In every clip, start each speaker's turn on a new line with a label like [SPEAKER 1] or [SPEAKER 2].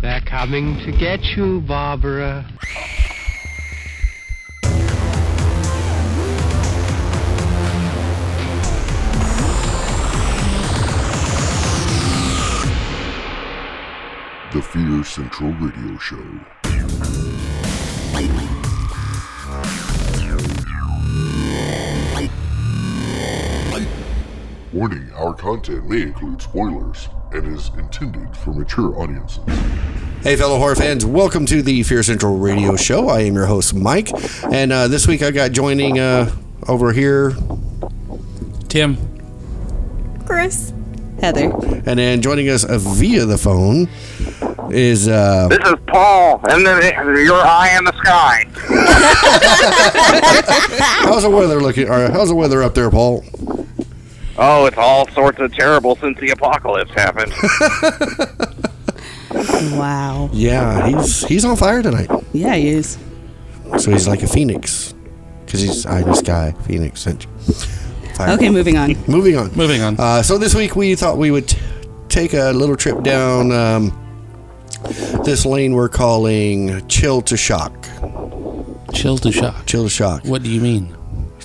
[SPEAKER 1] They're coming to get you, Barbara.
[SPEAKER 2] The Fear Central Radio Show. Warning our content may include spoilers and is intended for mature audiences.
[SPEAKER 3] Hey, fellow horror fans, welcome to the Fear Central Radio Show. I am your host, Mike, and uh, this week I got joining uh, over here,
[SPEAKER 4] Tim.
[SPEAKER 5] Chris. Heather.
[SPEAKER 3] and then joining us uh, via the phone is uh,
[SPEAKER 6] This is Paul, and then your eye in the sky.
[SPEAKER 3] how's the weather looking? Or how's the weather up there, Paul?
[SPEAKER 6] Oh, it's all sorts of terrible since the apocalypse happened.
[SPEAKER 5] Wow.
[SPEAKER 3] Yeah, he's he's on fire tonight.
[SPEAKER 5] Yeah, he is.
[SPEAKER 3] So he's like a phoenix, because he's eye in the sky, phoenix. sent you. Fire.
[SPEAKER 5] Okay, moving on.
[SPEAKER 3] moving on.
[SPEAKER 4] Moving on.
[SPEAKER 3] Uh, so this week we thought we would t- take a little trip down um, this lane we're calling Chill to Shock.
[SPEAKER 4] Chill to shock.
[SPEAKER 3] Chill to Shock.
[SPEAKER 4] What do you mean?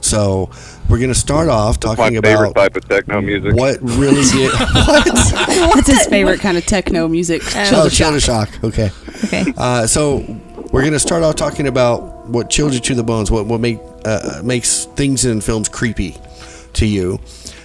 [SPEAKER 3] So we're gonna start off
[SPEAKER 6] My
[SPEAKER 3] talking
[SPEAKER 6] favorite
[SPEAKER 3] about
[SPEAKER 6] type of techno music.
[SPEAKER 3] what really did what
[SPEAKER 5] That's his favorite kind of techno music. Chill
[SPEAKER 3] oh,
[SPEAKER 5] the
[SPEAKER 3] Chill
[SPEAKER 5] shock.
[SPEAKER 3] to Shock. Okay.
[SPEAKER 7] Okay.
[SPEAKER 3] Uh, so we're gonna start off talking about what chills you to the bones, what what make uh, makes things in films creepy to you,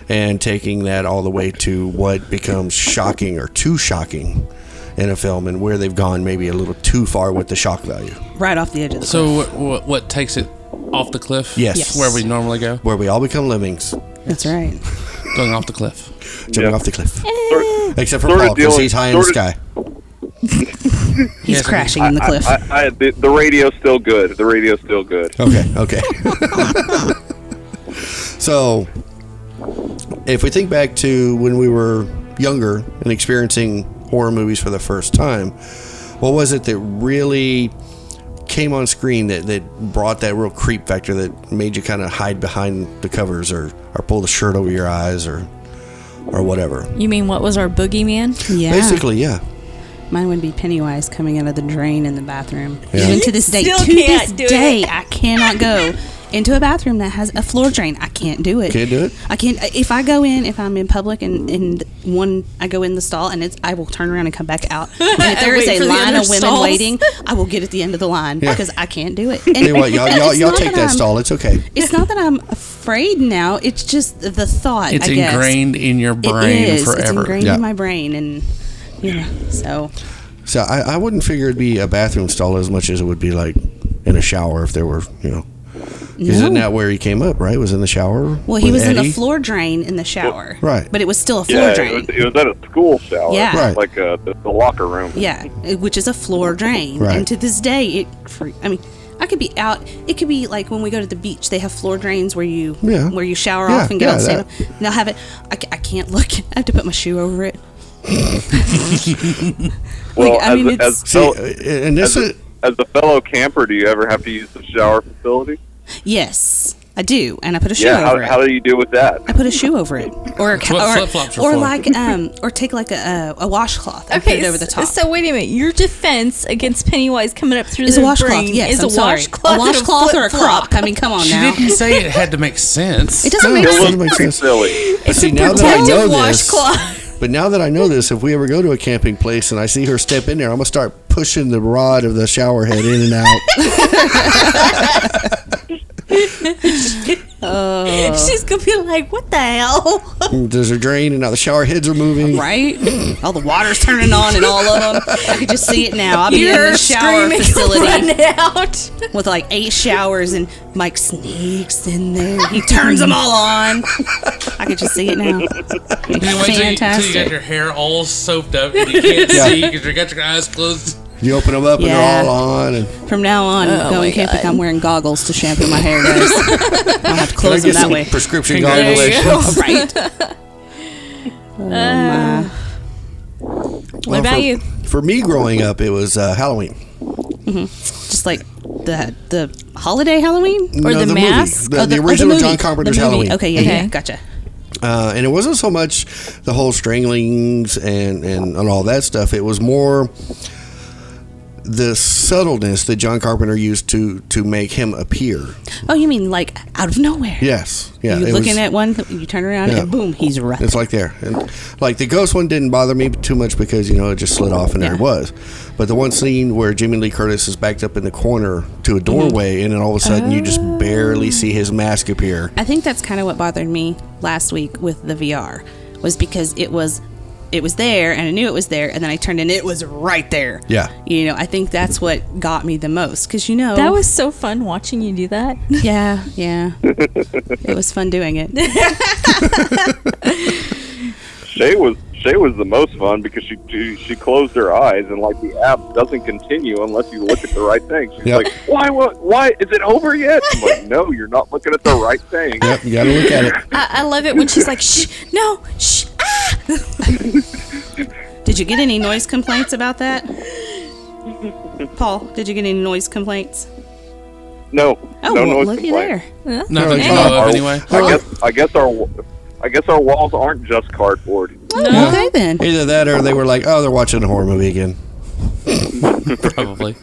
[SPEAKER 3] and taking that all the way to what becomes shocking or too shocking in a film, and where they've gone maybe a little too far with the shock value.
[SPEAKER 5] Right off the edge of the
[SPEAKER 4] So what, what, what takes it off the cliff?
[SPEAKER 3] Yes. Yes.
[SPEAKER 4] Where we normally go?
[SPEAKER 3] Where we all become lemmings
[SPEAKER 5] That's right.
[SPEAKER 4] Going off the cliff.
[SPEAKER 3] jumping
[SPEAKER 6] Yeah.
[SPEAKER 3] off the cliff,
[SPEAKER 6] Sort-
[SPEAKER 3] except for
[SPEAKER 6] Sorta
[SPEAKER 3] Paul because
[SPEAKER 6] dealing-
[SPEAKER 3] he's high in the
[SPEAKER 6] sorta-
[SPEAKER 3] sky.
[SPEAKER 5] He's
[SPEAKER 3] Oh,
[SPEAKER 4] Yes, I
[SPEAKER 5] crashing in the cliff.
[SPEAKER 6] I, I, the, the radio's still good. The radio's still good.
[SPEAKER 3] Okay, okay. so, if we think back to when we were younger and experiencing horror movies for the first time, what was it that really came on screen that, that brought that real creep factor that made you kind of hide behind the covers or, or pull the shirt over your eyes or or whatever?
[SPEAKER 7] You mean what was our boogeyman?
[SPEAKER 5] yeah.
[SPEAKER 3] Basically, yeah.
[SPEAKER 5] Mine would be Pennywise coming out of the drain in the bathroom.
[SPEAKER 3] Yeah.
[SPEAKER 5] Even to this day,
[SPEAKER 7] Still
[SPEAKER 5] to
[SPEAKER 7] can't
[SPEAKER 5] this
[SPEAKER 7] do
[SPEAKER 5] day,
[SPEAKER 7] it.
[SPEAKER 5] I cannot go into a bathroom that has a floor drain. I can't do it.
[SPEAKER 3] Can't do it?
[SPEAKER 5] I can't. uh, If I go in, if I'm in public and, and one, I go in the stall and it's, I will turn around and come back out. And if there is
[SPEAKER 7] Wait
[SPEAKER 5] a
[SPEAKER 7] for the
[SPEAKER 5] line
[SPEAKER 7] other
[SPEAKER 5] of women
[SPEAKER 7] stalls.
[SPEAKER 5] waiting, I will get at the end of the line because I can't do it. And
[SPEAKER 3] Tell you what, y'all, y'all,
[SPEAKER 5] it's
[SPEAKER 3] y'all
[SPEAKER 5] not
[SPEAKER 3] take that
[SPEAKER 5] I'm-
[SPEAKER 3] stall. It's okay.
[SPEAKER 5] It's not that I'm afraid now. It's just the thought.
[SPEAKER 4] It's
[SPEAKER 5] I guess.
[SPEAKER 4] ingrained in your brain
[SPEAKER 5] it is.
[SPEAKER 4] forever.
[SPEAKER 5] It's ingrained
[SPEAKER 3] Yeah.
[SPEAKER 5] in my brain, and you know, so
[SPEAKER 3] So I, I wouldn't figure it'd be a bathroom stall as much as it would be like in a shower if there were, you know. Isn't that where he came up, right? Was in the shower?
[SPEAKER 5] Well, he
[SPEAKER 3] with
[SPEAKER 5] was in
[SPEAKER 3] Eddie?
[SPEAKER 5] the floor drain in the shower.
[SPEAKER 3] Right.
[SPEAKER 5] But it was still a floor
[SPEAKER 6] Yeah, it
[SPEAKER 5] drain.
[SPEAKER 6] was, it was at a school shower.
[SPEAKER 5] Yeah.
[SPEAKER 3] Right.
[SPEAKER 6] Like uh, the, the locker room.
[SPEAKER 5] yeah, it- which is a floor drain.
[SPEAKER 3] Right.
[SPEAKER 5] And to this day, it. fre- I mean, I could be out. It could be like when we go to the beach, they have floor drains where you
[SPEAKER 3] Yeah.
[SPEAKER 5] where you shower
[SPEAKER 3] Yeah,
[SPEAKER 5] off and get
[SPEAKER 3] yeah,
[SPEAKER 5] all
[SPEAKER 3] that-
[SPEAKER 5] stand up. And they'll have it. I, ca- I can't look. I have to put my shoe over it.
[SPEAKER 6] Well,
[SPEAKER 5] Like, I
[SPEAKER 6] as,
[SPEAKER 5] mean,
[SPEAKER 6] a-
[SPEAKER 5] it's-
[SPEAKER 6] as,
[SPEAKER 3] See,
[SPEAKER 6] fel-
[SPEAKER 3] uh, and this
[SPEAKER 6] as,
[SPEAKER 3] is
[SPEAKER 6] a, as a fellow camper, do you ever have to use the shower facility?
[SPEAKER 5] Yes, I do, and I put a shoe
[SPEAKER 6] yeah.
[SPEAKER 5] over
[SPEAKER 6] How,
[SPEAKER 5] it.
[SPEAKER 6] how do you deal with that?
[SPEAKER 5] I put a shoe over it, or a ca-
[SPEAKER 4] what
[SPEAKER 5] or,
[SPEAKER 4] flip-flops are
[SPEAKER 5] or
[SPEAKER 4] for.
[SPEAKER 5] like um, or take like a, a washcloth and put it over the top.
[SPEAKER 7] So wait a minute. Your defense against Pennywise coming up through
[SPEAKER 5] is
[SPEAKER 7] the
[SPEAKER 5] a washcloth?
[SPEAKER 7] brain
[SPEAKER 5] Yes,
[SPEAKER 7] is
[SPEAKER 5] I'm
[SPEAKER 7] a
[SPEAKER 5] sorry.
[SPEAKER 7] washcloth,
[SPEAKER 5] a
[SPEAKER 7] and
[SPEAKER 5] washcloth or a
[SPEAKER 7] flip-flop.
[SPEAKER 5] crop. I mean, come on
[SPEAKER 4] She
[SPEAKER 5] now.
[SPEAKER 4] didn't say it had to make sense.
[SPEAKER 5] It doesn't make
[SPEAKER 3] It
[SPEAKER 5] sense.
[SPEAKER 3] doesn't make
[SPEAKER 6] pretty
[SPEAKER 3] sense.
[SPEAKER 6] silly.
[SPEAKER 3] but see, now that I
[SPEAKER 7] Protective
[SPEAKER 3] know
[SPEAKER 7] washcloth.
[SPEAKER 3] this, but now that I know this, if we ever go to a camping place and I see her step in there, I'm gonna start pushing the rod of the shower head in and out.
[SPEAKER 7] She's gonna be like, "What the hell?"
[SPEAKER 3] There's a drain, and now the shower heads are moving.
[SPEAKER 5] right? all the water's turning on and all of them. I could just see it now. I'll be in the shower
[SPEAKER 7] screaming,
[SPEAKER 5] facility
[SPEAKER 7] Run out.
[SPEAKER 5] with like eight showers, and Mike sneaks in there. He turns them all on. I could just see it now.
[SPEAKER 4] Anyway, till you, till you got
[SPEAKER 5] Fantastic.
[SPEAKER 4] your hair all soaped up and you can't
[SPEAKER 3] Yeah.
[SPEAKER 4] see because you got your eyes closed.
[SPEAKER 3] You open them up, and
[SPEAKER 5] Yeah.
[SPEAKER 3] they're all on. And
[SPEAKER 5] From now on,
[SPEAKER 8] Oh
[SPEAKER 5] going camping, I'm wearing goggles to shampoo my hair, guys. I'll have to
[SPEAKER 3] can I
[SPEAKER 5] close them
[SPEAKER 3] get
[SPEAKER 5] that
[SPEAKER 3] some
[SPEAKER 5] way.
[SPEAKER 3] prescription
[SPEAKER 4] Congratulations.
[SPEAKER 3] goggles?
[SPEAKER 5] right.
[SPEAKER 7] What about
[SPEAKER 3] for,
[SPEAKER 7] you?
[SPEAKER 3] For me, growing up, it was uh, Halloween.
[SPEAKER 5] Just like the the holiday Halloween.
[SPEAKER 7] Or the
[SPEAKER 3] movie.
[SPEAKER 7] mask?
[SPEAKER 3] The,
[SPEAKER 5] Oh,
[SPEAKER 3] the
[SPEAKER 5] oh,
[SPEAKER 3] original
[SPEAKER 5] movie.
[SPEAKER 3] John Carpenter's
[SPEAKER 5] The movie.
[SPEAKER 3] Halloween.
[SPEAKER 5] Okay, yeah, yeah,
[SPEAKER 7] Okay.
[SPEAKER 5] gotcha.
[SPEAKER 3] Uh, and it wasn't so much the whole stranglings and, and, and all that stuff. It was more the subtleness that John Carpenter used to to make him appear.
[SPEAKER 8] Oh, you mean like out of nowhere?
[SPEAKER 3] Yes, yeah.
[SPEAKER 8] You're
[SPEAKER 3] it
[SPEAKER 8] looking
[SPEAKER 3] was-
[SPEAKER 8] at one, you turn around,
[SPEAKER 3] Yeah.
[SPEAKER 8] and boom, he's right.
[SPEAKER 3] It's like there, and like the ghost one didn't bother me too much because you know it just slid off and there it
[SPEAKER 8] Yeah.
[SPEAKER 3] was. But the one scene where Jimmy Lee Curtis is backed up in the corner to a doorway, and then all of a sudden you just barely see his mask appear.
[SPEAKER 8] I think that's kind of what bothered me last week with the VR was because it was it was there and I knew it was there and then I turned and it was right there.
[SPEAKER 3] Yeah.
[SPEAKER 8] You know, I think that's what got me the most cuz you know
[SPEAKER 7] That was so fun watching you do that.
[SPEAKER 8] yeah, yeah. it was fun doing it.
[SPEAKER 6] Shay was Shay was the most fun because she, she she closed her eyes and like the app doesn't continue unless you look at the right thing. She's
[SPEAKER 3] Yep.
[SPEAKER 6] like, why what why is it over yet? I'm like, no, you're not looking at the right thing.
[SPEAKER 3] Yep, you gotta look at it.
[SPEAKER 7] I, I love it when she's like, shh, no, shh. Ah.
[SPEAKER 8] Did you get any noise complaints about that? Paul, did you get any noise complaints?
[SPEAKER 6] No,
[SPEAKER 8] Oh,
[SPEAKER 6] no
[SPEAKER 8] well,
[SPEAKER 6] noise
[SPEAKER 8] look at
[SPEAKER 6] complaint.
[SPEAKER 8] there.
[SPEAKER 4] Not that you
[SPEAKER 3] "Oh,
[SPEAKER 7] Hey.
[SPEAKER 4] know
[SPEAKER 6] Our-
[SPEAKER 4] of, anyway.
[SPEAKER 6] I guess I guess our wa- I guess our walls aren't just cardboard.
[SPEAKER 8] Okay then.
[SPEAKER 3] Either that, or they were like, "Oh, they're watching a horror movie again."
[SPEAKER 4] Probably.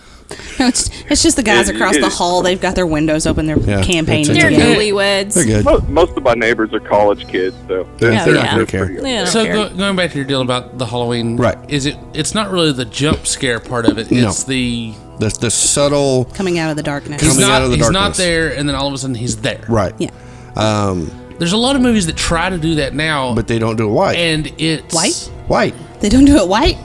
[SPEAKER 8] It's, it's just the guys
[SPEAKER 6] It-
[SPEAKER 8] across the
[SPEAKER 6] it-
[SPEAKER 8] hall. They've got their windows open. They're
[SPEAKER 3] Yeah,
[SPEAKER 8] campaigning.
[SPEAKER 3] that's
[SPEAKER 7] They're
[SPEAKER 3] it.
[SPEAKER 8] together.
[SPEAKER 3] They're
[SPEAKER 7] newlyweds.
[SPEAKER 3] good.
[SPEAKER 6] Mo- Most of my neighbors are college kids, so
[SPEAKER 3] They're,
[SPEAKER 7] Yeah,
[SPEAKER 3] they're
[SPEAKER 7] yeah.
[SPEAKER 3] not gonna care.
[SPEAKER 7] Yeah, I don't
[SPEAKER 4] So
[SPEAKER 7] care.
[SPEAKER 4] go, going back to your deal about the Halloween,
[SPEAKER 3] Right.
[SPEAKER 4] Is it? It's not really the jump scare part of it.
[SPEAKER 3] No.
[SPEAKER 4] It's the
[SPEAKER 3] The, the subtle,
[SPEAKER 8] Coming out of the darkness.
[SPEAKER 4] he's
[SPEAKER 3] Coming
[SPEAKER 4] not
[SPEAKER 3] out of the
[SPEAKER 4] he's not
[SPEAKER 3] darkness.
[SPEAKER 4] there, and then all of a sudden he's there.
[SPEAKER 3] right?
[SPEAKER 8] Yeah.
[SPEAKER 4] There's a lot of movies that try to do that now,
[SPEAKER 3] um, But they don't do it white.
[SPEAKER 4] and it's
[SPEAKER 8] White?
[SPEAKER 3] white.
[SPEAKER 8] They don't do it white.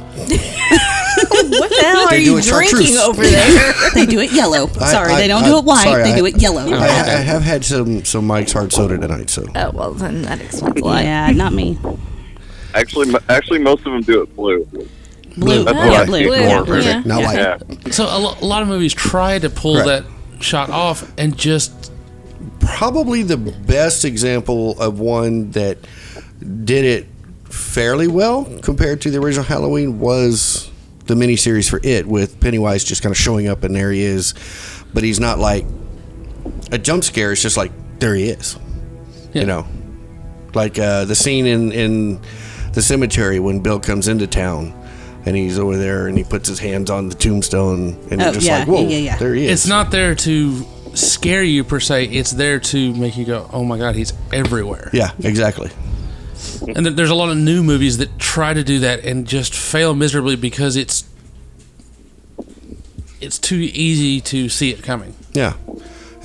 [SPEAKER 7] What the hell
[SPEAKER 3] They
[SPEAKER 7] are
[SPEAKER 3] do
[SPEAKER 7] you
[SPEAKER 3] it chartreuse.
[SPEAKER 7] drinking over there?
[SPEAKER 8] they do it yellow.
[SPEAKER 3] I-
[SPEAKER 8] sorry,
[SPEAKER 3] I-
[SPEAKER 8] they don't
[SPEAKER 3] I-
[SPEAKER 8] do it white.
[SPEAKER 3] sorry,
[SPEAKER 8] they
[SPEAKER 3] I-
[SPEAKER 8] do it yellow.
[SPEAKER 3] I, I have had some some Mike's hard soda tonight, so
[SPEAKER 7] oh, well, then that explains why.
[SPEAKER 8] yeah, not me.
[SPEAKER 6] actually mo- actually most of them do it blue.
[SPEAKER 8] Blue. Oh,
[SPEAKER 6] That's
[SPEAKER 8] yeah,
[SPEAKER 6] what I
[SPEAKER 8] blue.
[SPEAKER 6] think
[SPEAKER 7] blue,
[SPEAKER 6] more.
[SPEAKER 7] yeah.
[SPEAKER 6] perfect.
[SPEAKER 3] not white.
[SPEAKER 6] Yeah.
[SPEAKER 4] So a, lo- a lot of movies try to pull
[SPEAKER 3] Right.
[SPEAKER 4] that shot off and just
[SPEAKER 3] probably the best example of one that did it fairly well compared to the original Halloween was the miniseries for it with Pennywise just kind of showing up and there he is, but he's not like a jump scare. It's just like there he is,
[SPEAKER 4] Yeah.
[SPEAKER 3] you know, like uh, the scene in in the cemetery when Bill comes into town. And he's over there, and he puts his hands on the tombstone, and
[SPEAKER 8] Oh,
[SPEAKER 3] you're just
[SPEAKER 8] yeah,
[SPEAKER 3] like, "Whoa,
[SPEAKER 8] yeah, yeah.
[SPEAKER 3] there he is!"
[SPEAKER 4] it's not there to scare you per se. It's there to make you go, "Oh my god, he's everywhere."
[SPEAKER 3] yeah, exactly.
[SPEAKER 4] And th- there's a lot of new movies that try to do that and just fail miserably because it's it's too easy to see it coming.
[SPEAKER 3] Yeah.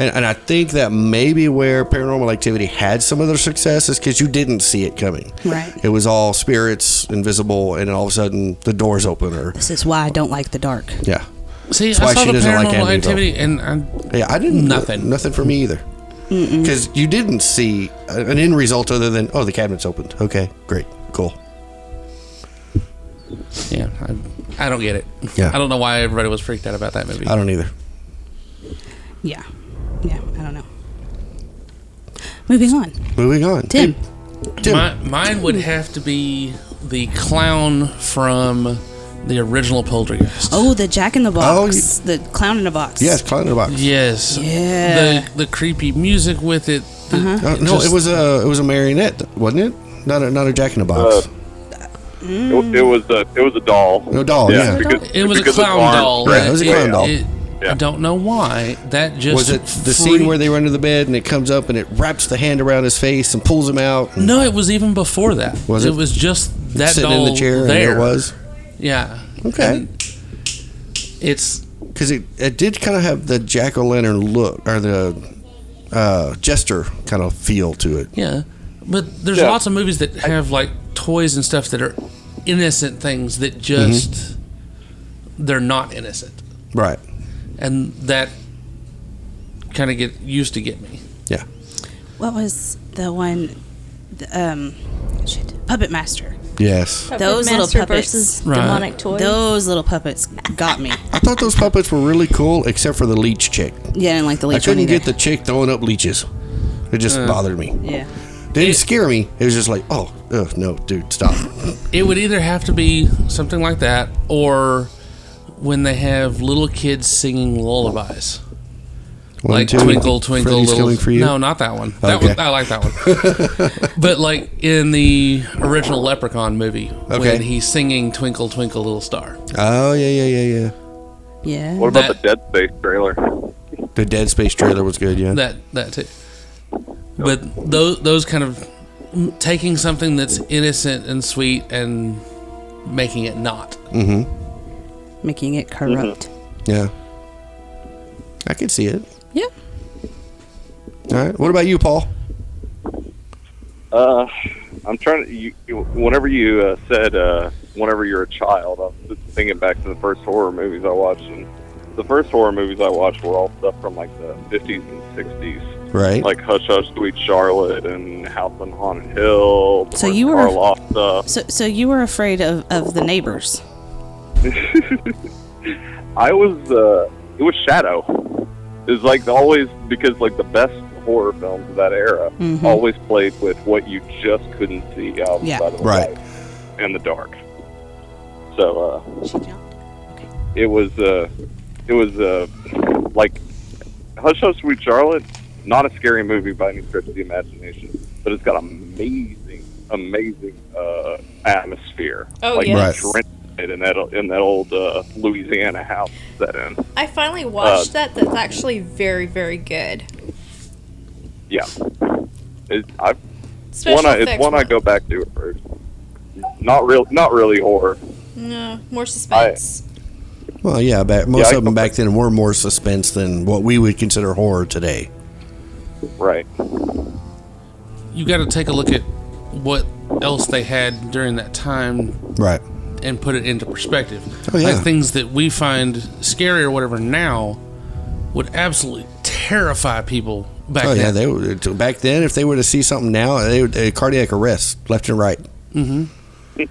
[SPEAKER 3] And, and I think that maybe where paranormal activity had some of their success is because you didn't see it coming.
[SPEAKER 8] Right.
[SPEAKER 3] It was all spirits, invisible, and all of a sudden the doors open or.
[SPEAKER 8] This is why I don't like the dark.
[SPEAKER 3] Yeah.
[SPEAKER 4] See,
[SPEAKER 3] why
[SPEAKER 4] I saw
[SPEAKER 3] she
[SPEAKER 4] the
[SPEAKER 3] doesn't like
[SPEAKER 4] paranormal
[SPEAKER 3] Amityville.
[SPEAKER 4] activity, and I,
[SPEAKER 3] Yeah, I didn't.
[SPEAKER 4] Nothing.
[SPEAKER 3] Nothing for me either. Because you didn't see a- an end result other than, oh, the cabinet's opened. Okay, great, cool.
[SPEAKER 4] yeah, I, I don't get it.
[SPEAKER 3] Yeah.
[SPEAKER 4] I don't know why everybody was freaked out about that movie.
[SPEAKER 3] I don't either.
[SPEAKER 8] Yeah. Yeah, I don't know. Moving on.
[SPEAKER 3] Moving on.
[SPEAKER 8] Tim.
[SPEAKER 3] Tim.
[SPEAKER 4] My, mine would have to be the clown from the original Poltergeist.
[SPEAKER 8] Oh, the jack in the
[SPEAKER 3] Oh,
[SPEAKER 8] box. the clown in a box.
[SPEAKER 3] yes, clown in the box.
[SPEAKER 4] Yes.
[SPEAKER 8] Yeah. Uh-huh.
[SPEAKER 4] The the creepy music with it. the-
[SPEAKER 3] Uh, no,
[SPEAKER 4] just-
[SPEAKER 3] it was a it was a marionette, wasn't it? Not a, not a jack in the box.
[SPEAKER 6] It, it was a it was a doll.
[SPEAKER 3] no doll. Oh, Yeah.
[SPEAKER 6] because-
[SPEAKER 4] It was a
[SPEAKER 6] because its
[SPEAKER 4] clown
[SPEAKER 6] arms
[SPEAKER 4] doll.
[SPEAKER 3] Yeah, it was a clown doll.
[SPEAKER 4] I don't know why that just
[SPEAKER 3] Was it the scene
[SPEAKER 4] freaked-
[SPEAKER 3] where they were under the bed and it comes up and it wraps the hand around his face and pulls him out? And
[SPEAKER 4] No, it was even before that.
[SPEAKER 3] Was it?
[SPEAKER 4] was just that
[SPEAKER 3] sitting
[SPEAKER 4] doll
[SPEAKER 3] in the chair and
[SPEAKER 4] There
[SPEAKER 3] there it was.
[SPEAKER 4] Yeah.
[SPEAKER 3] Okay,
[SPEAKER 4] It's
[SPEAKER 3] because it, it did kind of have the jack o' lantern look or the uh, jester kind of feel to it.
[SPEAKER 4] yeah, but there's
[SPEAKER 6] Yeah.
[SPEAKER 4] lots of movies that have like toys and stuff that are innocent things that just
[SPEAKER 3] Mm-hmm.
[SPEAKER 4] they're not innocent,
[SPEAKER 3] Right.
[SPEAKER 4] and that kind of get used to get me.
[SPEAKER 3] Yeah.
[SPEAKER 8] What was the one? The, um, shit. Puppet Master.
[SPEAKER 3] Yes.
[SPEAKER 8] Those
[SPEAKER 7] Master
[SPEAKER 8] little puppets.
[SPEAKER 7] versus
[SPEAKER 4] Right.
[SPEAKER 7] demonic toys.
[SPEAKER 8] Those little puppets got me.
[SPEAKER 3] I thought those puppets were really cool, except for the leech chick.
[SPEAKER 8] Yeah, I didn't like the leech
[SPEAKER 3] I couldn't
[SPEAKER 8] one
[SPEAKER 3] get the chick throwing up leeches. It just bothered me.
[SPEAKER 8] either. Yeah.
[SPEAKER 3] Didn't
[SPEAKER 4] Uh. It-
[SPEAKER 3] scare me. It was just like, oh, ugh, no, dude, stop.
[SPEAKER 4] It would either have to be something like that, or when they have little kids singing lullabies.
[SPEAKER 3] One,
[SPEAKER 4] like
[SPEAKER 3] two,
[SPEAKER 4] twinkle twinkle
[SPEAKER 3] Freddy's
[SPEAKER 4] little
[SPEAKER 3] Killing for you.
[SPEAKER 4] no not that one that
[SPEAKER 3] Okay.
[SPEAKER 4] one i like that one but like in the original leprechaun movie
[SPEAKER 3] Okay.
[SPEAKER 4] when he's singing twinkle twinkle little star
[SPEAKER 3] Oh yeah, yeah, yeah, yeah.
[SPEAKER 8] Yeah.
[SPEAKER 6] What
[SPEAKER 4] That-
[SPEAKER 6] about the Dead Space trailer?
[SPEAKER 3] The Dead Space trailer was good, yeah.
[SPEAKER 4] that that too. But those those kind of taking something that's innocent and sweet and making it not.
[SPEAKER 8] Making it corrupt.
[SPEAKER 3] Yeah. I could see it.
[SPEAKER 8] Yeah.
[SPEAKER 3] All right. What about you, Paul?
[SPEAKER 6] Uh, I'm trying to. You, you, whenever you uh, said, uh, whenever you're a child, I was just thinking back to the first horror movies I watched. And the first horror movies I watched were all stuff from like the 50s and 60s,
[SPEAKER 3] Right.
[SPEAKER 6] like Hush Hush, Sweet Charlotte, and House on Haunted Hill.
[SPEAKER 8] So
[SPEAKER 6] Boris
[SPEAKER 8] you were-
[SPEAKER 6] Karloff stuff.
[SPEAKER 8] So, so you were afraid of, of the neighbors.
[SPEAKER 6] I was uh, it was Shadow. It was like always because like the best horror films of that era
[SPEAKER 7] Mm-hmm.
[SPEAKER 6] always played with what you just couldn't see out
[SPEAKER 8] Yeah.
[SPEAKER 6] by the
[SPEAKER 3] Right.
[SPEAKER 6] light and the dark. So uh, it was uh, it was uh, like Hush Hush Sweet Charlotte. Not a scary movie by any stretch of the imagination, but it's got amazing, amazing uh, atmosphere.
[SPEAKER 7] Oh,
[SPEAKER 6] like
[SPEAKER 7] yes.
[SPEAKER 6] drenched in that in that old uh, Louisiana house that in.
[SPEAKER 7] I finally watched that. That's actually very, very good.
[SPEAKER 6] Yeah, it, I,
[SPEAKER 7] Special
[SPEAKER 6] one I, it's
[SPEAKER 7] effects
[SPEAKER 6] one I go back to at first. Not real, not really horror.
[SPEAKER 7] No, mm, more suspense.
[SPEAKER 3] Well, yeah. Back, most
[SPEAKER 6] I-
[SPEAKER 3] of them back then were more suspense than what we would consider horror today.
[SPEAKER 6] Right.
[SPEAKER 4] You got to take a look at what else they had during that time
[SPEAKER 3] Right.
[SPEAKER 4] and put it into perspective.
[SPEAKER 3] Oh, yeah.
[SPEAKER 4] Like things that we find scary or whatever now would absolutely terrify people back
[SPEAKER 3] Oh
[SPEAKER 4] then.
[SPEAKER 3] yeah. They were, back then, if they were to see something now, they would uh, cardiac arrest left and right. Mm-hmm. you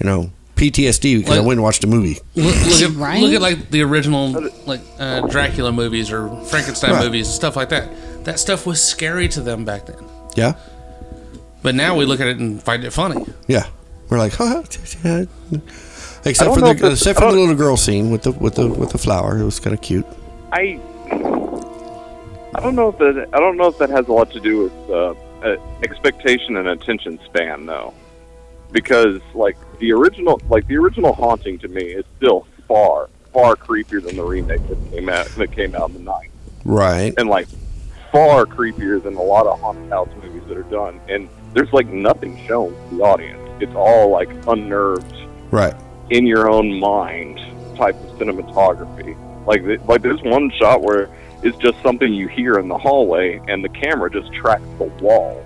[SPEAKER 3] know, PTSD because I
[SPEAKER 4] Like-
[SPEAKER 3] went and watched a movie.
[SPEAKER 4] look, look at
[SPEAKER 8] Right?
[SPEAKER 4] look at like the original like uh, Dracula movies or Frankenstein
[SPEAKER 3] Right.
[SPEAKER 4] movies and stuff like that. That stuff was scary to them back then.
[SPEAKER 3] Yeah.
[SPEAKER 4] But now we look at it and find it funny.
[SPEAKER 3] Yeah. We're like, huh? yeah." Except
[SPEAKER 6] don't
[SPEAKER 3] for
[SPEAKER 6] know if
[SPEAKER 3] the
[SPEAKER 6] this-
[SPEAKER 3] except
[SPEAKER 6] I
[SPEAKER 3] for the
[SPEAKER 6] don't-
[SPEAKER 3] little girl scene with the with the with the flower, it was kind of cute.
[SPEAKER 6] I I don't know if that I don't know if that has a lot to do with uh, uh, expectation and attention span though, because like the original like the original haunting to me is still far far creepier than the remake that came out that came out in the night
[SPEAKER 3] Right.
[SPEAKER 6] and like far creepier than a lot of haunted house movies that are done and there's like nothing shown to the audience it's all like unnerved
[SPEAKER 3] Right.
[SPEAKER 6] in your own mind type of cinematography. Like th- like there's one shot where it's just something you hear in the hallway, and the camera just tracks the wall,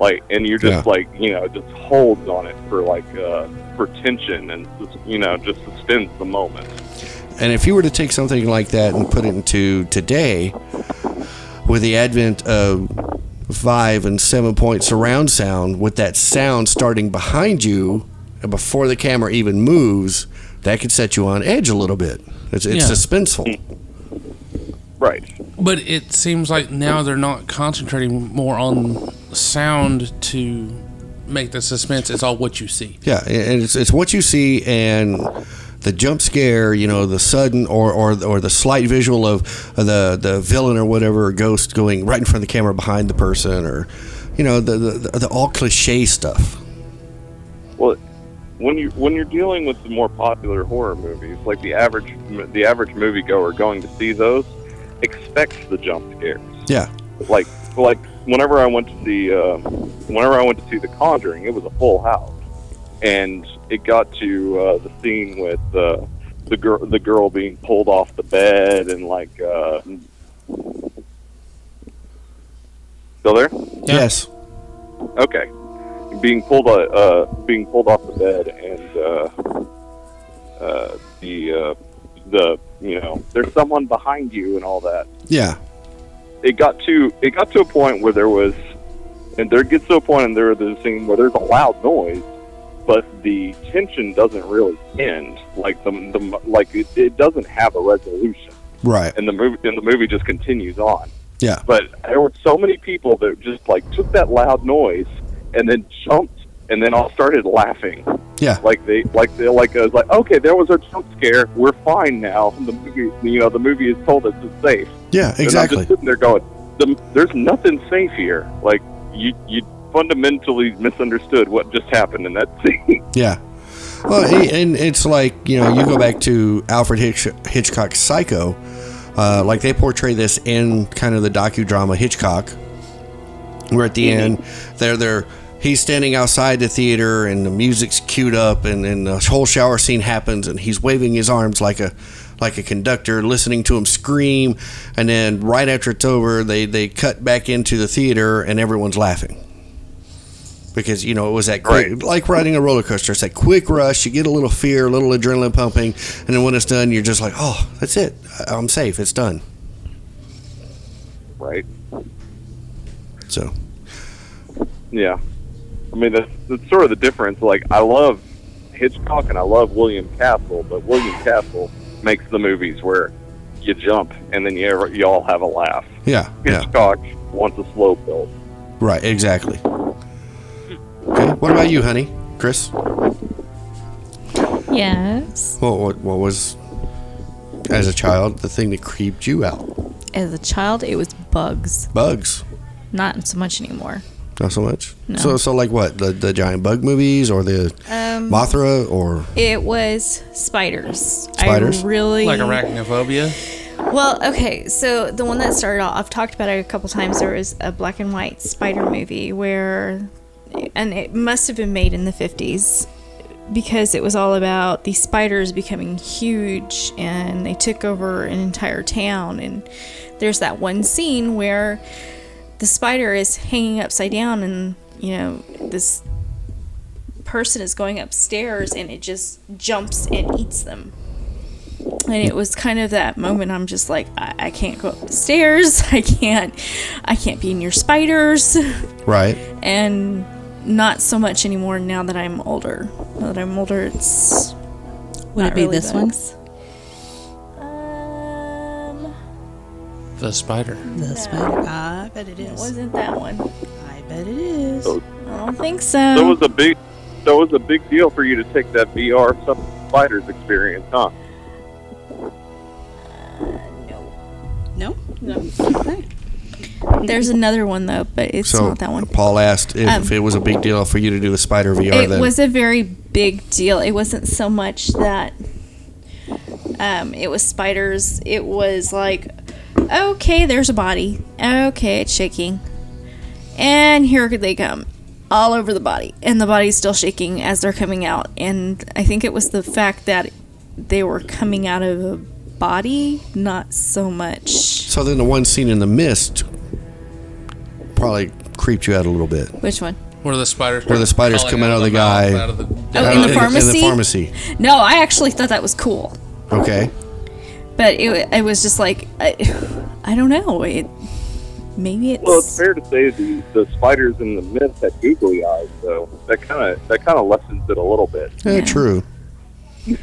[SPEAKER 6] like, and you're just
[SPEAKER 3] Yeah.
[SPEAKER 6] like you know just holds on it for like uh, for tension and sus- you know just suspends the moment.
[SPEAKER 3] And if you were to take something like that and put it into today, with the advent of five and seven point surround sound, with that sound starting behind you and before the camera even moves, that could set you on edge a little bit. It's, it's
[SPEAKER 4] Yeah.
[SPEAKER 3] suspenseful.
[SPEAKER 6] Right.
[SPEAKER 4] But it seems like now they're not concentrating more on sound to make the suspense. It's all what you see.
[SPEAKER 3] Yeah, and it's, it's what you see and the jump scare, you know, the sudden or or, or the slight visual of uh, the the villain or whatever or ghost going right in front of the camera behind the person or you know the the, the all cliche stuff.
[SPEAKER 6] Well, when you when you're dealing with the more popular horror movies, like the average the average moviegoer going to see those expects the jump scares.
[SPEAKER 3] Yeah,
[SPEAKER 6] like like whenever I went to see uh, whenever I went to see The Conjuring, it was a full house, and it got to uh, the scene with uh, the girl the girl being pulled off the bed and like uh, still there
[SPEAKER 3] yes,
[SPEAKER 6] okay being pulled uh, uh, being pulled off the bed and uh, uh, the uh, the you know there's someone behind you and all that
[SPEAKER 3] yeah,
[SPEAKER 6] it got to it got to a point where there was and there gets to a point and there was a scene where there's a loud noise but the tension doesn't really end like the, the like it, it doesn't have a resolution
[SPEAKER 3] right,
[SPEAKER 6] and the movie and the movie just continues on
[SPEAKER 3] yeah,
[SPEAKER 6] but there were so many people that just like took that loud noise and then jumped and then all started laughing
[SPEAKER 3] yeah,
[SPEAKER 6] like they like they like uh, like okay there was a jump scare we're fine now the movie you know the movie has told us it's safe
[SPEAKER 3] yeah,
[SPEAKER 6] and
[SPEAKER 3] exactly.
[SPEAKER 6] I'm just sitting there going, the, "There's nothing safe here." Like you, you fundamentally misunderstood what just happened in that scene.
[SPEAKER 3] Yeah. Well, a- and it's like you know, you go back to Alfred Hitch- Hitchcock's Psycho. Uh, like they portray this in kind of the docudrama Hitchcock, where at the end they're they're he's standing outside the theater and the music's queued up and and the whole shower scene happens and he's waving his arms like a like a conductor listening to him scream and then right after it's over they they cut back into the theater and everyone's laughing because you know it was that quick,
[SPEAKER 6] Right.
[SPEAKER 3] like riding a roller coaster. It's that quick rush. You get a little fear, a little adrenaline pumping, and then when it's done, you're just like, oh, that's it. I- I'm safe. It's done.
[SPEAKER 6] right?
[SPEAKER 3] So
[SPEAKER 6] Yeah. I mean, that's, that's sort of the difference. Like, I love Hitchcock and I love William Castle, but William Castle makes the movies where you jump and then you, you all have a laugh.
[SPEAKER 3] yeah, yeah,
[SPEAKER 6] Hitchcock wants a slow build.
[SPEAKER 3] right, exactly. Okay. What about you, honey? Chris?
[SPEAKER 7] Yes.
[SPEAKER 3] What what, what was as a child the thing that creeped you out?
[SPEAKER 7] As a child, it was bugs.
[SPEAKER 3] Bugs.
[SPEAKER 7] Not so much anymore.
[SPEAKER 3] Not so much.
[SPEAKER 7] No.
[SPEAKER 3] So so like what the the giant bug movies or the
[SPEAKER 7] Um,
[SPEAKER 3] Mothra or
[SPEAKER 7] It was spiders.
[SPEAKER 3] Spiders?
[SPEAKER 7] I really
[SPEAKER 4] Like arachnophobia.
[SPEAKER 7] Well, okay, so the one that started off, I've talked about it a couple times. There was a black and white spider movie where, and it must have been made in the 50s because it was all about these spiders becoming huge and they took over an entire town. And there's that one scene where the spider is hanging upside down and, you know, this person is going upstairs and it just jumps and eats them and it was kind of that moment i'm just like i, I can't go up the stairs i can't i can't be near spiders
[SPEAKER 3] right?
[SPEAKER 7] and not so much anymore now that i'm older now that i'm older it's
[SPEAKER 8] Would it
[SPEAKER 7] not
[SPEAKER 8] be
[SPEAKER 7] really
[SPEAKER 8] this one?
[SPEAKER 7] bugs. um
[SPEAKER 4] The spider.
[SPEAKER 8] This one. I bet it
[SPEAKER 7] it wasn't that one
[SPEAKER 8] I bet it is.
[SPEAKER 7] i don't think
[SPEAKER 6] So
[SPEAKER 5] Uh-huh.
[SPEAKER 6] it
[SPEAKER 7] so
[SPEAKER 6] was a big, so it was a big deal for you to take that VR some spiders experience, huh?
[SPEAKER 8] No.
[SPEAKER 7] there's another one though but it's
[SPEAKER 3] so
[SPEAKER 7] not that one
[SPEAKER 3] Paul asked if
[SPEAKER 7] Um,
[SPEAKER 3] it was a big deal for you to do a spider VR.
[SPEAKER 7] it
[SPEAKER 3] then.
[SPEAKER 7] was a very big deal it wasn't so much that um, it was spiders it was like okay there's a body okay it's shaking and here they come all over the body and the body's still shaking as they're coming out and i think it was the fact that they were coming out of a body not so much
[SPEAKER 3] So then the one scene in the mist probably creeped you out a little bit.
[SPEAKER 7] which one
[SPEAKER 4] Where the spiders.
[SPEAKER 3] Where the spiders
[SPEAKER 4] crawling
[SPEAKER 3] come out of the
[SPEAKER 4] mouth,
[SPEAKER 3] guy.
[SPEAKER 4] out of the-
[SPEAKER 7] Oh, in the pharmacy?
[SPEAKER 3] In the pharmacy.
[SPEAKER 7] no i actually thought that was cool
[SPEAKER 3] Okay.
[SPEAKER 7] but it, wa- it was just like I, I don't know it maybe it's,
[SPEAKER 6] Well, it's fair to say the, the spiders in the myth had googly eyes, so that kind of that kind of lessens it a little bit.
[SPEAKER 3] Yeah,
[SPEAKER 7] Yeah.
[SPEAKER 3] Eh, true.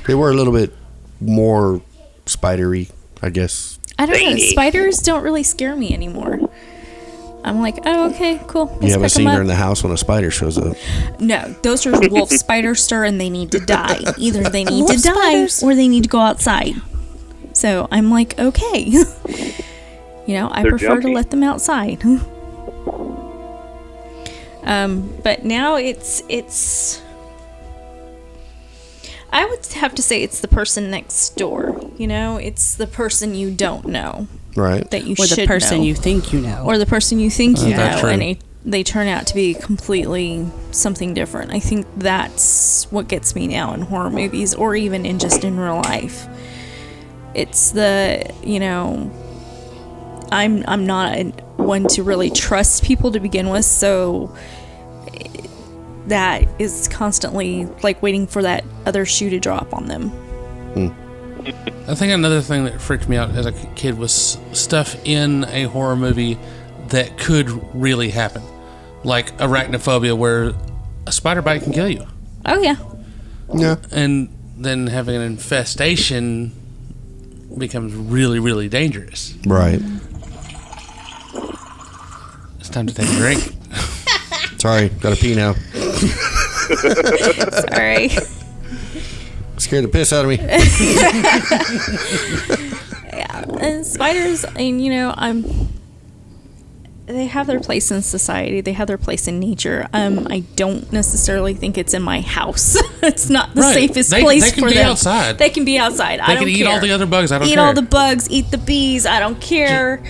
[SPEAKER 3] They were a little bit more spidery, I guess.
[SPEAKER 7] i don't know spiders don't really scare me anymore i'm like oh okay cool let's
[SPEAKER 3] You haven't
[SPEAKER 7] pick 'em
[SPEAKER 3] seen her
[SPEAKER 7] up.
[SPEAKER 3] in the house when a spider shows up.
[SPEAKER 7] no those are wolf spiders sir and they need to die either they need to
[SPEAKER 8] Wolf
[SPEAKER 7] die
[SPEAKER 8] spiders?
[SPEAKER 7] or they need to go outside so i'm like okay you know i
[SPEAKER 6] They're
[SPEAKER 7] prefer to
[SPEAKER 6] jumpy.
[SPEAKER 7] let them outside um but now it's it's I would have to say it's the person next door. You know, it's the person you don't know
[SPEAKER 3] Right.
[SPEAKER 7] that you
[SPEAKER 8] Or
[SPEAKER 7] should
[SPEAKER 8] the person
[SPEAKER 7] know.
[SPEAKER 8] you think you know.
[SPEAKER 7] or the person you think you know,
[SPEAKER 4] Uh, that's true.
[SPEAKER 7] and they, they turn out to be completely something different. I think that's what gets me now in horror movies, or even in just in real life. It's the you know, I'm I'm not an- one to really trust people to begin with, so it- that is constantly like waiting for that other shoe to drop on them.
[SPEAKER 4] I think another thing that freaked me out as a kid was stuff in a horror movie that could really happen, like arachnophobia, where a spider bite can kill you,
[SPEAKER 7] Oh yeah,
[SPEAKER 3] Yeah.
[SPEAKER 4] and then having an infestation becomes really, really dangerous.
[SPEAKER 3] Right.
[SPEAKER 4] It's time to take a drink.
[SPEAKER 3] Sorry. Got to pee now.
[SPEAKER 7] sorry.
[SPEAKER 3] Scared the piss out of me.
[SPEAKER 7] and spiders and you know i'm um, they have their place in society. They have their place in nature. Um, I don't necessarily think it's in my house. it's not the
[SPEAKER 4] Right.
[SPEAKER 7] safest
[SPEAKER 4] They-
[SPEAKER 7] place
[SPEAKER 4] they can
[SPEAKER 7] for
[SPEAKER 4] be
[SPEAKER 7] them.
[SPEAKER 4] outside.
[SPEAKER 7] They can be outside. I
[SPEAKER 4] They
[SPEAKER 7] don't
[SPEAKER 4] can eat all
[SPEAKER 7] care.
[SPEAKER 4] the other bugs. I don't
[SPEAKER 7] eat
[SPEAKER 4] care.
[SPEAKER 7] all the bugs. Eat the bees. I don't care.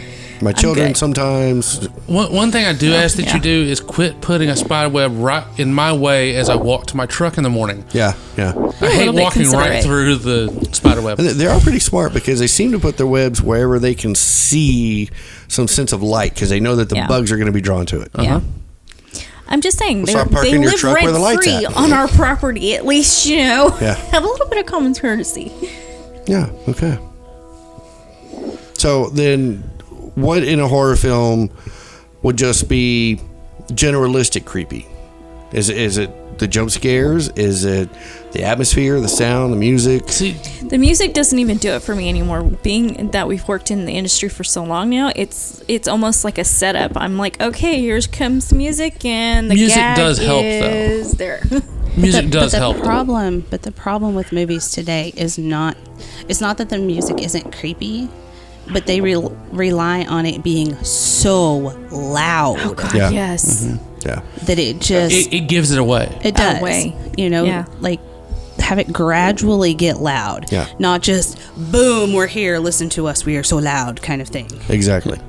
[SPEAKER 3] My children
[SPEAKER 7] good.
[SPEAKER 3] sometimes.
[SPEAKER 4] One, one thing I do ask that
[SPEAKER 7] yeah.
[SPEAKER 4] you do is quit putting a spider web right in my way as I walk to my truck in the morning.
[SPEAKER 3] Yeah, yeah.
[SPEAKER 4] I hate
[SPEAKER 7] little bit
[SPEAKER 4] walking right
[SPEAKER 7] considerate.
[SPEAKER 4] through the spider web.
[SPEAKER 3] And they- They are pretty smart because they seem to put their webs wherever they can see some sense of light because they know that the
[SPEAKER 7] Yeah.
[SPEAKER 3] bugs are going to be drawn to it.
[SPEAKER 7] Yeah. I'm just saying they're,
[SPEAKER 3] stop parking
[SPEAKER 7] they
[SPEAKER 3] your
[SPEAKER 7] live
[SPEAKER 3] truck where the
[SPEAKER 7] rent
[SPEAKER 3] light's
[SPEAKER 7] free
[SPEAKER 3] at.
[SPEAKER 7] on our property. At least you know
[SPEAKER 3] Yeah.
[SPEAKER 7] have a little bit of common courtesy.
[SPEAKER 3] Yeah. Okay. So then, what in a horror film would just be generalistic creepy? Is it, is it the jump scares? Is it the atmosphere, the sound, the music?
[SPEAKER 4] See,
[SPEAKER 7] The music doesn't even do it for me anymore. Being that we've worked in the industry for so long now, it's it's almost like a setup. I'm like, okay, here comes the music, and the
[SPEAKER 4] Music
[SPEAKER 7] gag
[SPEAKER 4] does help, though.
[SPEAKER 7] is there.
[SPEAKER 4] music
[SPEAKER 5] But-
[SPEAKER 4] does
[SPEAKER 5] but the
[SPEAKER 4] help.
[SPEAKER 5] problem but the problem with movies today is not it's not that the music isn't creepy but they re- rely on it being so loud
[SPEAKER 7] Oh,
[SPEAKER 3] Yeah.
[SPEAKER 7] Yes,
[SPEAKER 3] Yeah.
[SPEAKER 5] that it just
[SPEAKER 4] it,
[SPEAKER 5] it,
[SPEAKER 4] it gives it away.
[SPEAKER 5] does
[SPEAKER 7] way.
[SPEAKER 5] you know
[SPEAKER 7] Yeah.
[SPEAKER 5] like have it gradually get loud
[SPEAKER 3] Yeah.
[SPEAKER 5] not just boom we're here listen to us we are so loud kind of thing
[SPEAKER 3] Exactly.